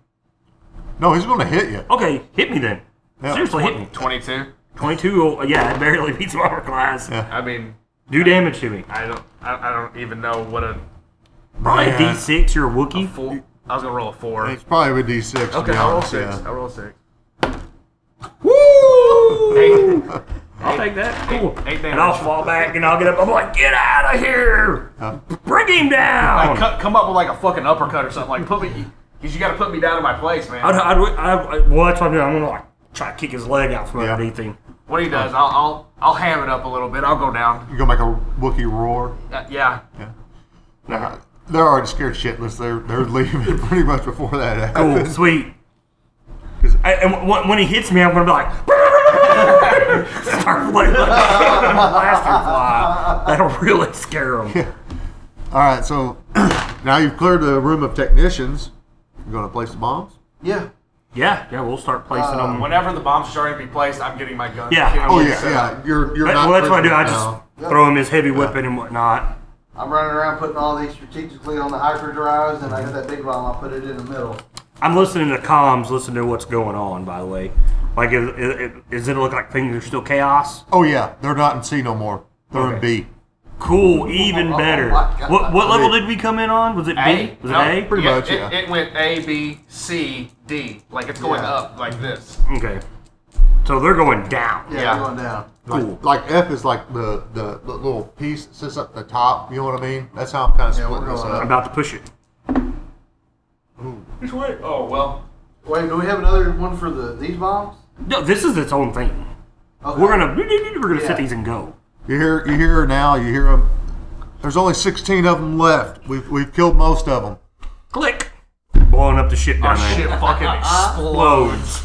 [SPEAKER 4] No, he's going to hit you.
[SPEAKER 1] Okay, hit me then.
[SPEAKER 4] Yeah.
[SPEAKER 1] Seriously, hit me.
[SPEAKER 2] 22?
[SPEAKER 1] 22, will- yeah, it barely beats my armor class.
[SPEAKER 4] Yeah.
[SPEAKER 2] I mean,
[SPEAKER 1] Do damage to me.
[SPEAKER 2] I don't I, I don't even know what a
[SPEAKER 1] Probably
[SPEAKER 4] Yeah.
[SPEAKER 1] a D6, you're a Wookiee.
[SPEAKER 2] full. I was going to roll a 4.
[SPEAKER 4] It's probably with D6. to
[SPEAKER 2] Okay,
[SPEAKER 4] be
[SPEAKER 2] I'll roll
[SPEAKER 4] honest,
[SPEAKER 2] 6.
[SPEAKER 4] yeah.
[SPEAKER 2] I'll roll 6.
[SPEAKER 1] Woo!
[SPEAKER 2] Eight.
[SPEAKER 1] I'll take that. Cool.
[SPEAKER 2] Eight- eight
[SPEAKER 1] and I'll
[SPEAKER 2] damage.
[SPEAKER 1] fall back and I'll get up. I'm like, get out of here! Bring him down!
[SPEAKER 2] Like, cut, come up with like a fucking uppercut or something. Like, put me. Because you got to put me down in my place, man.
[SPEAKER 1] I'd, I'd, I'd, well, that's what I'm doing. I'm gonna like try to kick his leg out from
[SPEAKER 4] Yeah.
[SPEAKER 1] underneath him.
[SPEAKER 2] What he does, I'll, I'll I'll ham it up a little bit. I'll go down.
[SPEAKER 4] You gonna make a Wookiee roar?
[SPEAKER 2] Uh, yeah.
[SPEAKER 4] Nah, they're already scared shitless. They're they're leaving pretty much before that
[SPEAKER 1] Cool,
[SPEAKER 4] happens.
[SPEAKER 1] sweet. I, and w- when he hits me, I'm gonna be like, start like, blaster fly. That'll really scare him.
[SPEAKER 4] All right, so now you've cleared the room of technicians. You're gonna place the bombs.
[SPEAKER 3] Yeah.
[SPEAKER 1] Yeah, yeah, we'll start placing
[SPEAKER 4] Uh,
[SPEAKER 1] them.
[SPEAKER 2] Whenever the bomb's starting to be placed, I'm getting my gun.
[SPEAKER 1] Yeah.
[SPEAKER 2] Getting
[SPEAKER 4] Oh
[SPEAKER 2] my-
[SPEAKER 4] yeah, yeah. You're you're
[SPEAKER 1] That-
[SPEAKER 4] not.
[SPEAKER 1] well, that's what I do. I
[SPEAKER 4] prisoner
[SPEAKER 1] just
[SPEAKER 4] now.
[SPEAKER 1] throw him his heavy weapon and whatnot.
[SPEAKER 3] I'm running around putting all these strategically on the hyperdrives, and I got that big bomb. I put it in the middle.
[SPEAKER 1] I'm listening to comms, listening to what's going on. By the way, like, is, is, is it look like things are still chaos?
[SPEAKER 4] Oh yeah, they're not in C no more. They're in
[SPEAKER 1] Okay.
[SPEAKER 4] B.
[SPEAKER 1] Cool, even
[SPEAKER 3] Oh,
[SPEAKER 1] better.
[SPEAKER 3] my God.
[SPEAKER 1] What what level did we come in on? Was it B?
[SPEAKER 2] A.
[SPEAKER 1] Was it
[SPEAKER 2] No,
[SPEAKER 1] A?
[SPEAKER 4] Pretty
[SPEAKER 2] yeah,
[SPEAKER 4] much,
[SPEAKER 2] It,
[SPEAKER 4] yeah.
[SPEAKER 2] it went A, B, C, D. Like it's going
[SPEAKER 3] Yeah.
[SPEAKER 2] up like this.
[SPEAKER 1] Okay. So they're going down.
[SPEAKER 3] Yeah,
[SPEAKER 2] Yeah.
[SPEAKER 3] going down.
[SPEAKER 4] Like,
[SPEAKER 1] Cool.
[SPEAKER 4] like F is like the, the the little piece that sits up the top. You know what I mean? That's how I'm kind of
[SPEAKER 3] Yeah,
[SPEAKER 4] splitting
[SPEAKER 3] we're
[SPEAKER 4] this
[SPEAKER 3] going
[SPEAKER 1] I'm
[SPEAKER 4] up.
[SPEAKER 1] about to push it.
[SPEAKER 2] Which way? Oh well.
[SPEAKER 3] Wait, do we have another one for the these bombs?
[SPEAKER 1] No, this is its own thing.
[SPEAKER 3] Okay.
[SPEAKER 1] We're gonna we're gonna set
[SPEAKER 3] Yeah.
[SPEAKER 1] these and go.
[SPEAKER 4] You hear you hear her now. You hear them. There's only 16 of them left. We've we've killed most of them.
[SPEAKER 1] Click. Blowing up the ship
[SPEAKER 2] Our
[SPEAKER 1] down there.
[SPEAKER 2] shit fucking
[SPEAKER 1] Uh-huh.
[SPEAKER 2] explodes.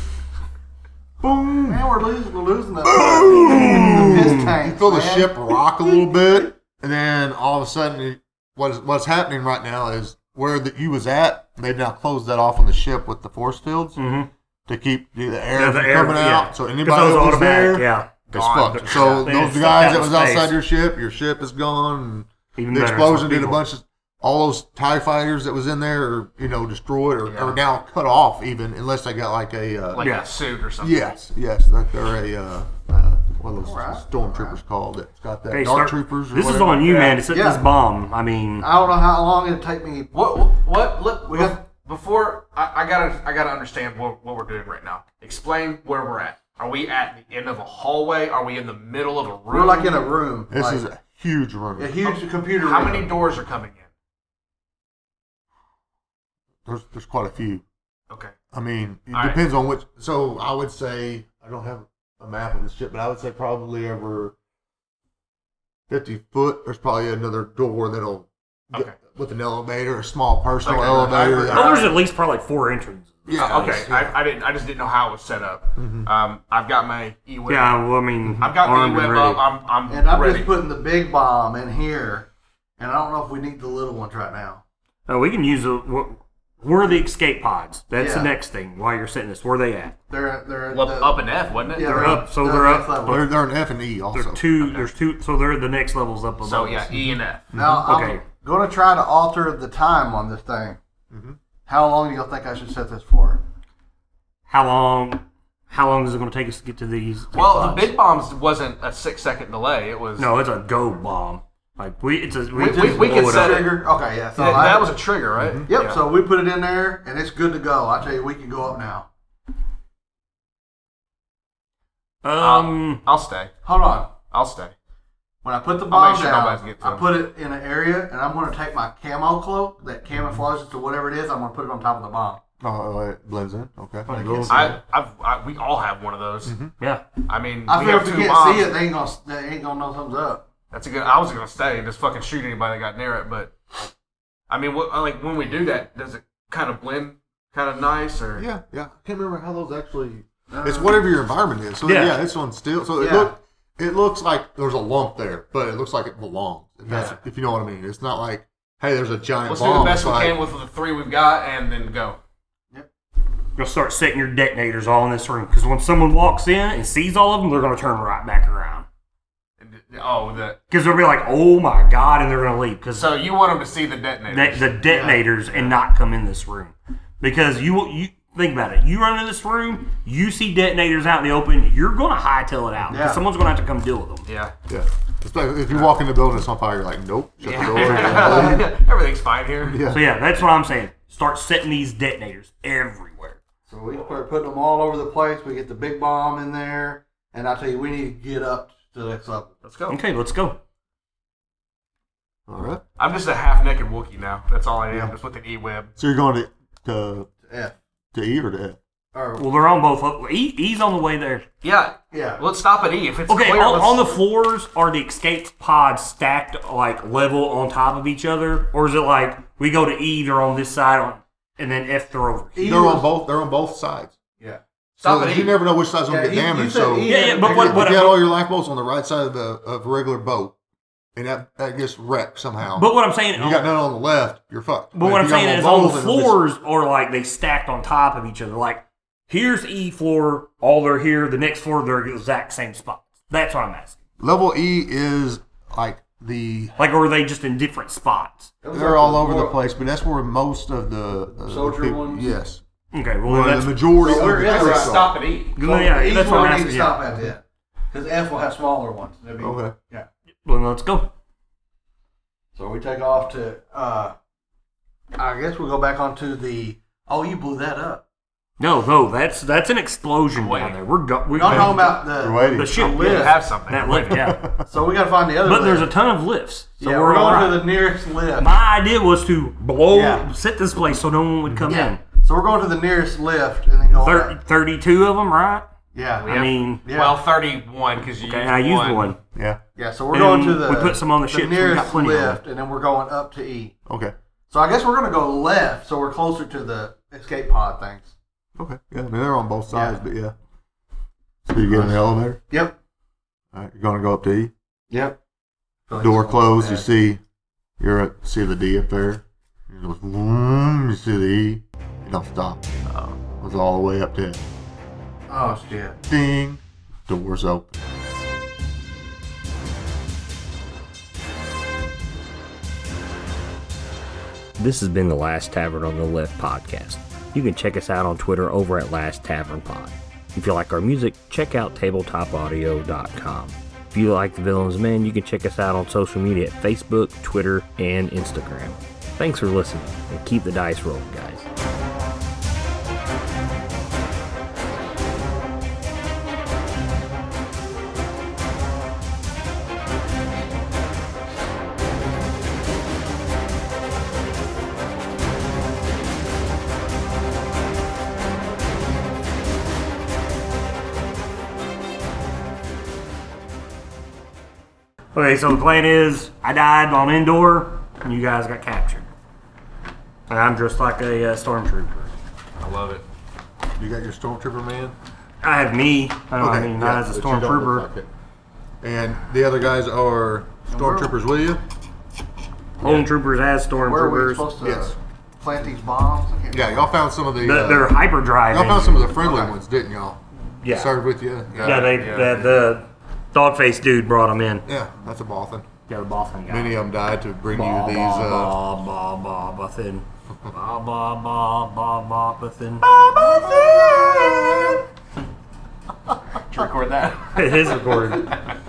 [SPEAKER 4] Boom.
[SPEAKER 3] Man, we're losing. We're losing that. the piss tanks,
[SPEAKER 4] feel the
[SPEAKER 3] man.
[SPEAKER 4] ship rock a little bit, and then all of a sudden, it- what is what's happening right now is where that you was at, they've now closed that off on the ship with the force fields to keep the, the air
[SPEAKER 1] Mm-hmm. Yeah, the
[SPEAKER 4] from
[SPEAKER 1] air-
[SPEAKER 4] coming
[SPEAKER 1] yeah.
[SPEAKER 4] out. So
[SPEAKER 1] 'Cause
[SPEAKER 4] anybody
[SPEAKER 1] that was
[SPEAKER 4] that was
[SPEAKER 1] automatic,
[SPEAKER 4] there,
[SPEAKER 1] yeah.
[SPEAKER 4] it's
[SPEAKER 2] Gone.
[SPEAKER 4] fucked. So
[SPEAKER 1] They
[SPEAKER 4] those
[SPEAKER 1] just stepped
[SPEAKER 4] guys that
[SPEAKER 1] out
[SPEAKER 4] was
[SPEAKER 1] of space.
[SPEAKER 4] outside your ship, your ship is gone. And
[SPEAKER 1] Even
[SPEAKER 4] the
[SPEAKER 1] better,
[SPEAKER 4] explosion
[SPEAKER 1] some
[SPEAKER 4] did a
[SPEAKER 1] people-
[SPEAKER 4] bunch of all those Tie fighters that was in there, are, you know, destroyed or,
[SPEAKER 2] Yeah.
[SPEAKER 4] or now cut off. Even unless they got like a uh,
[SPEAKER 2] Like
[SPEAKER 1] Yeah.
[SPEAKER 2] a suit or something.
[SPEAKER 4] Yes, yes, that they're a uh, uh, what are those
[SPEAKER 3] Alright.
[SPEAKER 4] stormtroopers called? It's got that
[SPEAKER 1] Hey, start-
[SPEAKER 4] dark troopers. Or
[SPEAKER 1] This is
[SPEAKER 4] whatever.
[SPEAKER 1] on you, man. To set
[SPEAKER 3] Yeah.
[SPEAKER 1] this bomb. I mean,
[SPEAKER 3] I don't know how long it'll take me.
[SPEAKER 2] What? what- What? Look.
[SPEAKER 3] We
[SPEAKER 2] bef-
[SPEAKER 3] got-
[SPEAKER 2] before I, I gotta, I gotta understand what, what we're doing right now. Explain where we're at. Are we at the end of a hallway? Are we in the middle of a room?
[SPEAKER 3] We're like in a room.
[SPEAKER 4] This
[SPEAKER 3] like,
[SPEAKER 4] is Oh, a huge room.
[SPEAKER 3] a huge computer.
[SPEAKER 2] How
[SPEAKER 3] room.
[SPEAKER 2] many doors are coming in?
[SPEAKER 4] There's there's quite a few.
[SPEAKER 2] Okay.
[SPEAKER 4] I mean, it
[SPEAKER 2] Alright.
[SPEAKER 4] depends on which. So I would say I don't have a map of this ship, but I would say probably over fifty foot. There's probably another door that'll
[SPEAKER 2] Okay.
[SPEAKER 4] with an elevator, a small personal
[SPEAKER 2] Okay, I-
[SPEAKER 4] elevator.
[SPEAKER 2] I-
[SPEAKER 1] oh, there's at least probably four entrances.
[SPEAKER 4] yeah,
[SPEAKER 2] Uh, okay. I, I didn't. I just didn't know how it was set up.
[SPEAKER 3] Mm-hmm.
[SPEAKER 2] Um, I've got my e web.
[SPEAKER 1] Yeah, well, I mean,
[SPEAKER 2] I've got
[SPEAKER 1] armed
[SPEAKER 2] the e
[SPEAKER 1] and
[SPEAKER 2] web
[SPEAKER 1] ready.
[SPEAKER 2] up. I'm. I'm
[SPEAKER 3] And I'm
[SPEAKER 2] ready.
[SPEAKER 3] just putting the big bomb in here, and I don't know if we need the little ones right now.
[SPEAKER 1] No, Oh, we can use the. We're the escape pods. That's the
[SPEAKER 3] Yeah.
[SPEAKER 1] next thing. While you're setting this, where are they at?
[SPEAKER 3] They're they're
[SPEAKER 2] Well,
[SPEAKER 3] the-
[SPEAKER 2] up and F, wasn't it? E.
[SPEAKER 3] yeah,
[SPEAKER 1] they're up, so they're up.
[SPEAKER 3] level.
[SPEAKER 4] they're, they're an F and E also.
[SPEAKER 1] There's two. There's two. So they're the next levels up above.
[SPEAKER 2] So
[SPEAKER 1] us.
[SPEAKER 2] yeah, E and F.
[SPEAKER 3] Now
[SPEAKER 1] Okay.
[SPEAKER 3] I'm going to try to alter the time on this thing.
[SPEAKER 2] Mm-hmm.
[SPEAKER 3] How long do you think I should set this for?
[SPEAKER 1] How long? How long is it going to take us to get to these? escape
[SPEAKER 2] Well, the
[SPEAKER 1] pods?
[SPEAKER 2] big bombs wasn't a six second delay. It was
[SPEAKER 1] No, it's a go bomb. Like we, it's a we,
[SPEAKER 2] We-
[SPEAKER 1] just
[SPEAKER 2] we- we
[SPEAKER 1] blow
[SPEAKER 2] can
[SPEAKER 1] it
[SPEAKER 2] set
[SPEAKER 1] up.
[SPEAKER 2] it-
[SPEAKER 3] Trigger. Okay, yeah. So
[SPEAKER 2] That,
[SPEAKER 3] I- Mm-hmm.
[SPEAKER 2] that was a trigger, right?
[SPEAKER 3] Yep.
[SPEAKER 2] Yeah.
[SPEAKER 3] So we put it in there, and it's good to go. I tell you, we can go up now.
[SPEAKER 1] Um,
[SPEAKER 2] I'll stay.
[SPEAKER 3] Hold on.
[SPEAKER 2] I'll stay.
[SPEAKER 3] When I put the
[SPEAKER 2] I'll
[SPEAKER 3] bomb
[SPEAKER 2] make sure
[SPEAKER 3] down,
[SPEAKER 2] nobody gets
[SPEAKER 3] I
[SPEAKER 2] them.
[SPEAKER 3] put it in an area, and I'm going to take my camo cloak that camouflages to whatever it is. I'm going to put it on top of the bomb.
[SPEAKER 4] Oh, it blends in. Okay.
[SPEAKER 3] But I can't see
[SPEAKER 2] I, I've, I, we all have one of those.
[SPEAKER 1] yeah.
[SPEAKER 2] I mean,
[SPEAKER 3] I
[SPEAKER 2] we
[SPEAKER 3] feel
[SPEAKER 2] have
[SPEAKER 3] if
[SPEAKER 2] two
[SPEAKER 3] you can't
[SPEAKER 2] bombs.
[SPEAKER 3] see it, they ain't gonna they ain't gonna know something's up.
[SPEAKER 2] That's a good. I was gonna stay and just fucking shoot anybody that got near it, but I mean, what, uh, like when we do that, does it kind of blend, kind of nice, or
[SPEAKER 4] Yeah, yeah. I can't remember how those actually. um, it's whatever your environment is. So
[SPEAKER 1] Yeah.
[SPEAKER 4] yeah, it's on steel. So it
[SPEAKER 3] Yeah.
[SPEAKER 4] look, it looks like there's a lump there, but it looks like it belongs. If, that's,
[SPEAKER 3] Yeah.
[SPEAKER 4] if you know what I mean, it's not like hey, there's a giant
[SPEAKER 2] let's do
[SPEAKER 4] bomb.
[SPEAKER 2] the best
[SPEAKER 4] It's
[SPEAKER 2] we
[SPEAKER 4] like,
[SPEAKER 2] can with the three we've got, and then go.
[SPEAKER 1] You'll start setting your detonators all in this room because when someone walks in and sees all of them, they're going to turn right back around.
[SPEAKER 2] Oh, the
[SPEAKER 1] because they'll be like, "Oh my god," and they're gonna leave because
[SPEAKER 2] so you want them to see the
[SPEAKER 1] the,
[SPEAKER 2] detonators?
[SPEAKER 1] the detonators and not come in this room because you you think about it. You run into this room, you see detonators out in the open, you're gonna hightail it out 'cause
[SPEAKER 3] Yeah.
[SPEAKER 1] someone's gonna have to come deal with them.
[SPEAKER 2] yeah.
[SPEAKER 4] Yeah. It's like if you walk in the building, it's on fire. You're like, nope, shut the door. Yeah.
[SPEAKER 2] Everything's fine here.
[SPEAKER 1] So yeah, that's what I'm saying. Start setting these detonators everywhere.
[SPEAKER 3] So we start putting them all over the place. We get the big bomb in there, and I tell you, we need to get up to the next level.
[SPEAKER 2] Let's go.
[SPEAKER 1] Okay, let's go.
[SPEAKER 4] All right.
[SPEAKER 2] I'm just a half-naked Wookiee now. That's all I am. Just with an e-web.
[SPEAKER 4] So you're going to to,
[SPEAKER 3] F
[SPEAKER 4] to E or to F?
[SPEAKER 3] or
[SPEAKER 1] Well, they're on both. Up. E, E's on the way there.
[SPEAKER 2] Yeah.
[SPEAKER 3] Yeah.
[SPEAKER 2] Let's stop at E. If it's
[SPEAKER 1] Okay,
[SPEAKER 2] clear,
[SPEAKER 1] on,
[SPEAKER 2] let's-
[SPEAKER 1] on the floors are the escape pods stacked like level on top of each other, or is it like we go to E, they're on this side, on, and then F they're over here?
[SPEAKER 3] E
[SPEAKER 4] They're
[SPEAKER 3] was-
[SPEAKER 4] on both. They're on both sides.
[SPEAKER 3] yeah.
[SPEAKER 2] stop
[SPEAKER 4] so
[SPEAKER 2] at E.
[SPEAKER 4] you never know which side's going
[SPEAKER 3] Yeah,
[SPEAKER 4] to
[SPEAKER 3] E-
[SPEAKER 4] get
[SPEAKER 3] you
[SPEAKER 4] damaged.
[SPEAKER 3] said
[SPEAKER 4] So
[SPEAKER 3] E
[SPEAKER 1] Yeah, yeah, but
[SPEAKER 3] and-
[SPEAKER 1] what-
[SPEAKER 4] if
[SPEAKER 1] what-
[SPEAKER 4] you had all your lifeboats on the right side of the of a regular boat, and that, that gets wrecked somehow.
[SPEAKER 1] But what I'm saying,
[SPEAKER 4] you got none on the left, you're fucked.
[SPEAKER 1] But what I'm
[SPEAKER 4] if you got
[SPEAKER 1] saying is,
[SPEAKER 4] both,
[SPEAKER 1] on the
[SPEAKER 4] then it's-
[SPEAKER 1] floors are like they stacked on top of each other. Like here's E floor, all they're here. The next floor, they're the exact same spots. That's what I'm asking.
[SPEAKER 4] Level E is like the
[SPEAKER 1] Like, or are they just in different spots?
[SPEAKER 3] It was
[SPEAKER 4] they're
[SPEAKER 3] like
[SPEAKER 4] all over the
[SPEAKER 3] war-
[SPEAKER 4] place, but that's where most of the uh,
[SPEAKER 3] Soldier
[SPEAKER 4] people-
[SPEAKER 3] ones?
[SPEAKER 4] Yes,
[SPEAKER 1] Okay, well
[SPEAKER 4] Well,
[SPEAKER 1] that's
[SPEAKER 4] the majority
[SPEAKER 3] So
[SPEAKER 4] of
[SPEAKER 3] we're
[SPEAKER 4] the
[SPEAKER 3] in
[SPEAKER 4] crew
[SPEAKER 3] right.
[SPEAKER 4] saw.
[SPEAKER 2] Stop at E.
[SPEAKER 1] well, yeah,
[SPEAKER 3] E's
[SPEAKER 1] that's
[SPEAKER 3] where
[SPEAKER 1] what
[SPEAKER 3] we
[SPEAKER 1] I'm
[SPEAKER 3] need to
[SPEAKER 1] asking.
[SPEAKER 3] stop
[SPEAKER 1] Yeah.
[SPEAKER 3] at then, because F will have smaller ones. That'd be-
[SPEAKER 4] Okay.
[SPEAKER 3] Yeah.
[SPEAKER 1] Well, let's go.
[SPEAKER 3] So we take off to. uh I guess we'll go back onto the. Oh, you blew that up.
[SPEAKER 1] No, no, that's that's an explosion down there. We're go- we're
[SPEAKER 3] No, I'm talking about the.
[SPEAKER 4] We're waiting.
[SPEAKER 1] the ship
[SPEAKER 3] I'm
[SPEAKER 2] We
[SPEAKER 3] Yeah.
[SPEAKER 2] have something.
[SPEAKER 1] that lift. Yeah,
[SPEAKER 3] So we gotta find the other.
[SPEAKER 1] but there's a
[SPEAKER 3] lift.
[SPEAKER 1] ton of lifts, so
[SPEAKER 3] yeah,
[SPEAKER 1] we're,
[SPEAKER 3] we're
[SPEAKER 1] all right.
[SPEAKER 3] going to the nearest lift.
[SPEAKER 1] My idea was to blow
[SPEAKER 3] Yeah.
[SPEAKER 1] set this place so no one would come
[SPEAKER 3] yeah. So we're going to the nearest lift and then
[SPEAKER 1] in.
[SPEAKER 3] go.
[SPEAKER 1] Thir-
[SPEAKER 3] back.
[SPEAKER 1] Thirty-two of them, right?
[SPEAKER 3] Yeah.
[SPEAKER 1] I mean,
[SPEAKER 3] Yeah.
[SPEAKER 2] Well, 31 because you
[SPEAKER 1] okay,
[SPEAKER 2] used
[SPEAKER 1] I used
[SPEAKER 2] one.
[SPEAKER 1] one.
[SPEAKER 4] Yeah.
[SPEAKER 3] Yeah, so we're
[SPEAKER 1] And
[SPEAKER 3] going to the
[SPEAKER 1] we put some on the ship, so
[SPEAKER 3] ship.
[SPEAKER 1] we got
[SPEAKER 3] nearest
[SPEAKER 1] plenty of
[SPEAKER 3] lift, and then we're going up to E.
[SPEAKER 4] Okay.
[SPEAKER 3] So I guess we're going to go left, so we're closer to the escape pod things.
[SPEAKER 4] Okay. Yeah. I mean, they're on both sides,
[SPEAKER 3] Yeah.
[SPEAKER 4] but yeah. So you get in the elevator.
[SPEAKER 3] Yep.
[SPEAKER 4] All right. You're going to go up to E.
[SPEAKER 3] Yep.
[SPEAKER 4] Door closed. You see, you're at, see the D up there. It goes vroom, You see the E. It don't stop. It goes all the way up to it.
[SPEAKER 3] Oh shit.
[SPEAKER 4] Ding. Doors open.
[SPEAKER 1] This has been the Last Tavern on the Left podcast. You can check us out on Twitter over at Last Tavern Pod. If you like our music, check out tabletopaudio.com. If you like the Villains Men, you can check us out on social media at Facebook, Twitter, and Instagram. Thanks for listening, and keep the dice rolling, guys. Okay, so the plan is I died on indoor, and you guys got captured. And I'm dressed like a uh, stormtrooper.
[SPEAKER 2] I love it.
[SPEAKER 4] You got your stormtrooper man.
[SPEAKER 1] I have me. I don't I mean,
[SPEAKER 4] yeah,
[SPEAKER 1] not as a
[SPEAKER 4] but you don't look
[SPEAKER 1] stormtrooper.
[SPEAKER 4] like it. And the other guys are stormtroopers with you.
[SPEAKER 1] Home troopers as
[SPEAKER 3] Where are we
[SPEAKER 1] stormtroopers.
[SPEAKER 3] supposed to
[SPEAKER 4] Yes.
[SPEAKER 3] plant these bombs? I can't
[SPEAKER 4] Yeah. Y'all found some of the.
[SPEAKER 1] The,
[SPEAKER 4] uh,
[SPEAKER 1] they're hyperdrive.
[SPEAKER 4] y'all found some of the friendly
[SPEAKER 3] Okay.
[SPEAKER 4] ones, didn't y'all?
[SPEAKER 1] yeah.
[SPEAKER 4] Started with you.
[SPEAKER 1] yeah, they
[SPEAKER 2] Yeah.
[SPEAKER 1] The, the dog face dude brought them in.
[SPEAKER 4] Yeah, that's a Bothan.
[SPEAKER 1] Yeah, the Boston guy.
[SPEAKER 4] Many of them died to bring
[SPEAKER 1] Ba,
[SPEAKER 4] you these.
[SPEAKER 1] ba,
[SPEAKER 4] Uh,
[SPEAKER 1] ba, ba, ba, Bothan. Ba, ba, ba, ba, ba, Bothan.
[SPEAKER 2] Did you record that?
[SPEAKER 1] It is recorded.